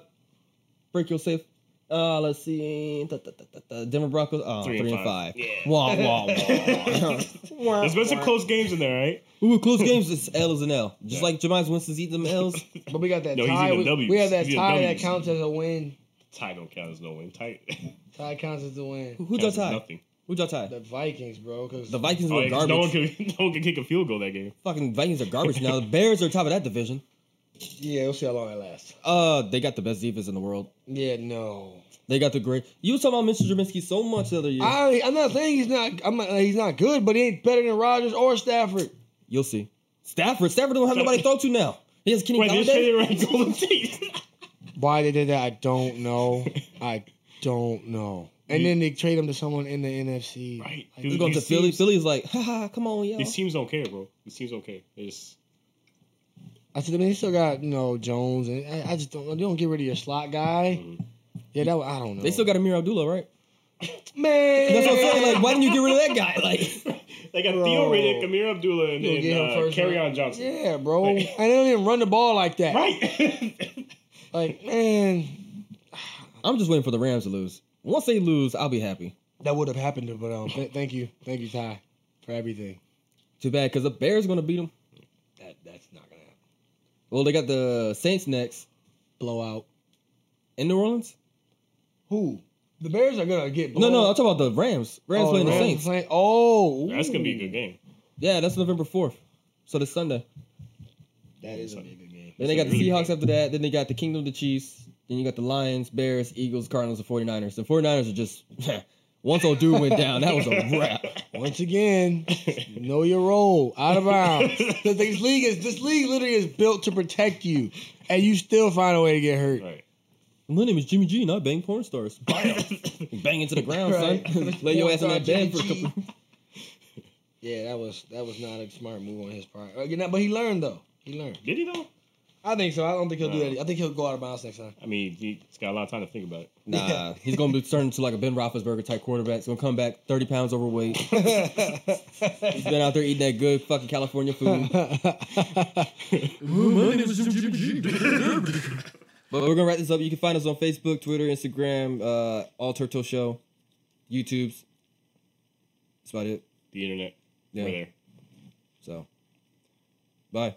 Speaker 1: break your safe. Uh, let's see. Da, da, da, da, da. Denver Broncos, uh, 3,
Speaker 2: Three and
Speaker 1: and 5.
Speaker 2: five. Yeah.
Speaker 1: Wah, wah, wah. wah.
Speaker 2: There's been some close games in there, right?
Speaker 1: Ooh, close games is L's and L. Just
Speaker 2: Yeah.
Speaker 1: like Jameis Winston's eat them L's.
Speaker 3: But we got that
Speaker 2: No, he's
Speaker 3: tie.
Speaker 2: eating
Speaker 3: We,
Speaker 2: W's.
Speaker 3: we have that
Speaker 2: He's eating
Speaker 3: tie that
Speaker 2: W's.
Speaker 3: counts as a win.
Speaker 2: Tie don't count as no win. Tie.
Speaker 3: Tie counts as a win.
Speaker 1: Who y'all
Speaker 2: counts as
Speaker 1: tied?
Speaker 2: Nothing.
Speaker 1: Who y'all tied?
Speaker 3: The Vikings, bro. Cause
Speaker 1: The Vikings
Speaker 2: Oh,
Speaker 1: were
Speaker 2: yeah, 'cause
Speaker 1: garbage.
Speaker 2: no one could. No one could kick a field goal that game.
Speaker 1: Fucking Vikings are garbage now. The Bears are top of that division.
Speaker 3: yeah, we'll see how long it lasts.
Speaker 1: Uh, they got the best defense in the world.
Speaker 3: Yeah, no.
Speaker 1: They got the great. You was talking about Mr. Trubisky so much the other year.
Speaker 3: I I'm not saying he's not. I'm not, he's not good, but he ain't better than Rodgers or Stafford.
Speaker 1: You'll see. Stafford, Stafford don't have nobody to throw to now. He has Kenny
Speaker 2: Wait,
Speaker 1: Galladay.
Speaker 2: they traded around Golden Tate.
Speaker 3: Why they did that, I don't know. I don't know. And then they trade him to someone in the NFC.
Speaker 2: Right.
Speaker 3: Like,
Speaker 2: Dude,
Speaker 1: He's going to
Speaker 2: these
Speaker 1: Philly.
Speaker 2: teams-
Speaker 1: Philly's like, haha, come on, y'all.
Speaker 2: These teams don't care, bro. These teams don't care. They just
Speaker 3: I said, I mean, they still got you know Jones, and I, I just don't. You don't get rid of your slot guy. Yeah, that I don't know.
Speaker 1: Mm-hmm. They still got Amir Abdullah, right?
Speaker 3: man.
Speaker 1: That's what I'm saying. Like, why didn't you get rid of that guy? Like,
Speaker 2: they got
Speaker 3: Bro.
Speaker 2: Theo Riddick, Amir Abdullah, and
Speaker 3: You
Speaker 2: then
Speaker 3: gonna get him
Speaker 2: uh,
Speaker 3: first
Speaker 2: Carryon
Speaker 3: round?
Speaker 2: Johnson.
Speaker 3: Yeah, bro. and
Speaker 2: Like-
Speaker 3: they don't even run the ball like that.
Speaker 2: Right.
Speaker 3: Like, man,
Speaker 1: I'm just waiting for the Rams to lose. Once they lose, I'll be happy.
Speaker 3: that would have happened, but um, th- thank you, thank you, Ty, for everything.
Speaker 1: Too bad, because the Bears going to beat them.
Speaker 3: That that's not gonna happen.
Speaker 1: Well, they got the Saints next
Speaker 3: Blowout.
Speaker 1: in New Orleans.
Speaker 3: Who? The Bears are gonna get
Speaker 1: No,
Speaker 3: blown.
Speaker 1: no, I'm talking about the Rams. Rams
Speaker 3: oh,
Speaker 1: playing
Speaker 3: Rams
Speaker 1: the Saints.
Speaker 3: Playing, oh, ooh.
Speaker 2: That's gonna be a good game.
Speaker 1: Yeah, that's November fourth. So this Sunday.
Speaker 3: That is gonna be a good game.
Speaker 1: Then they got the
Speaker 2: Really good.
Speaker 1: Seahawks after that. Then they got the Kingdom of the Chiefs. Then you got the Lions, Bears, Eagles, Cardinals, and 49ers. The 49ers are just once old dude went down, that was a wrap.
Speaker 3: Once again, know your role. Out of bounds. 'Cause this league is this league literally is built to protect you, and you still find a way to get hurt.
Speaker 2: Right. Oh,
Speaker 1: My name is Jimmy G and I bang porn stars. Bam. bang into the ground, son.
Speaker 3: Right.
Speaker 1: Lay your ass in that
Speaker 3: Porn
Speaker 1: bed for a
Speaker 3: star Jimmy
Speaker 1: couple
Speaker 3: Yeah, that was that was not a smart move on his part. Uh, you know, But he learned though. He learned.
Speaker 2: Did he though?
Speaker 3: I think so. I don't think he'll do
Speaker 2: No.
Speaker 3: that. I think he'll go out of bounds next time.
Speaker 2: I mean, he's got a lot of time to think about it.
Speaker 1: Nah, he's gonna be turned into like a Ben Roethlisberger type quarterback. He's gonna come back 30 pounds overweight. he's been out there eating that good fucking California food.
Speaker 6: My name is Jim Jimmy G.
Speaker 1: But we're gonna wrap this up. You can find us on Facebook, Twitter, Instagram, uh, All Turtle Show, YouTube's. That's about it.
Speaker 2: The internet.
Speaker 1: Yeah.
Speaker 2: We're there.
Speaker 1: So, bye.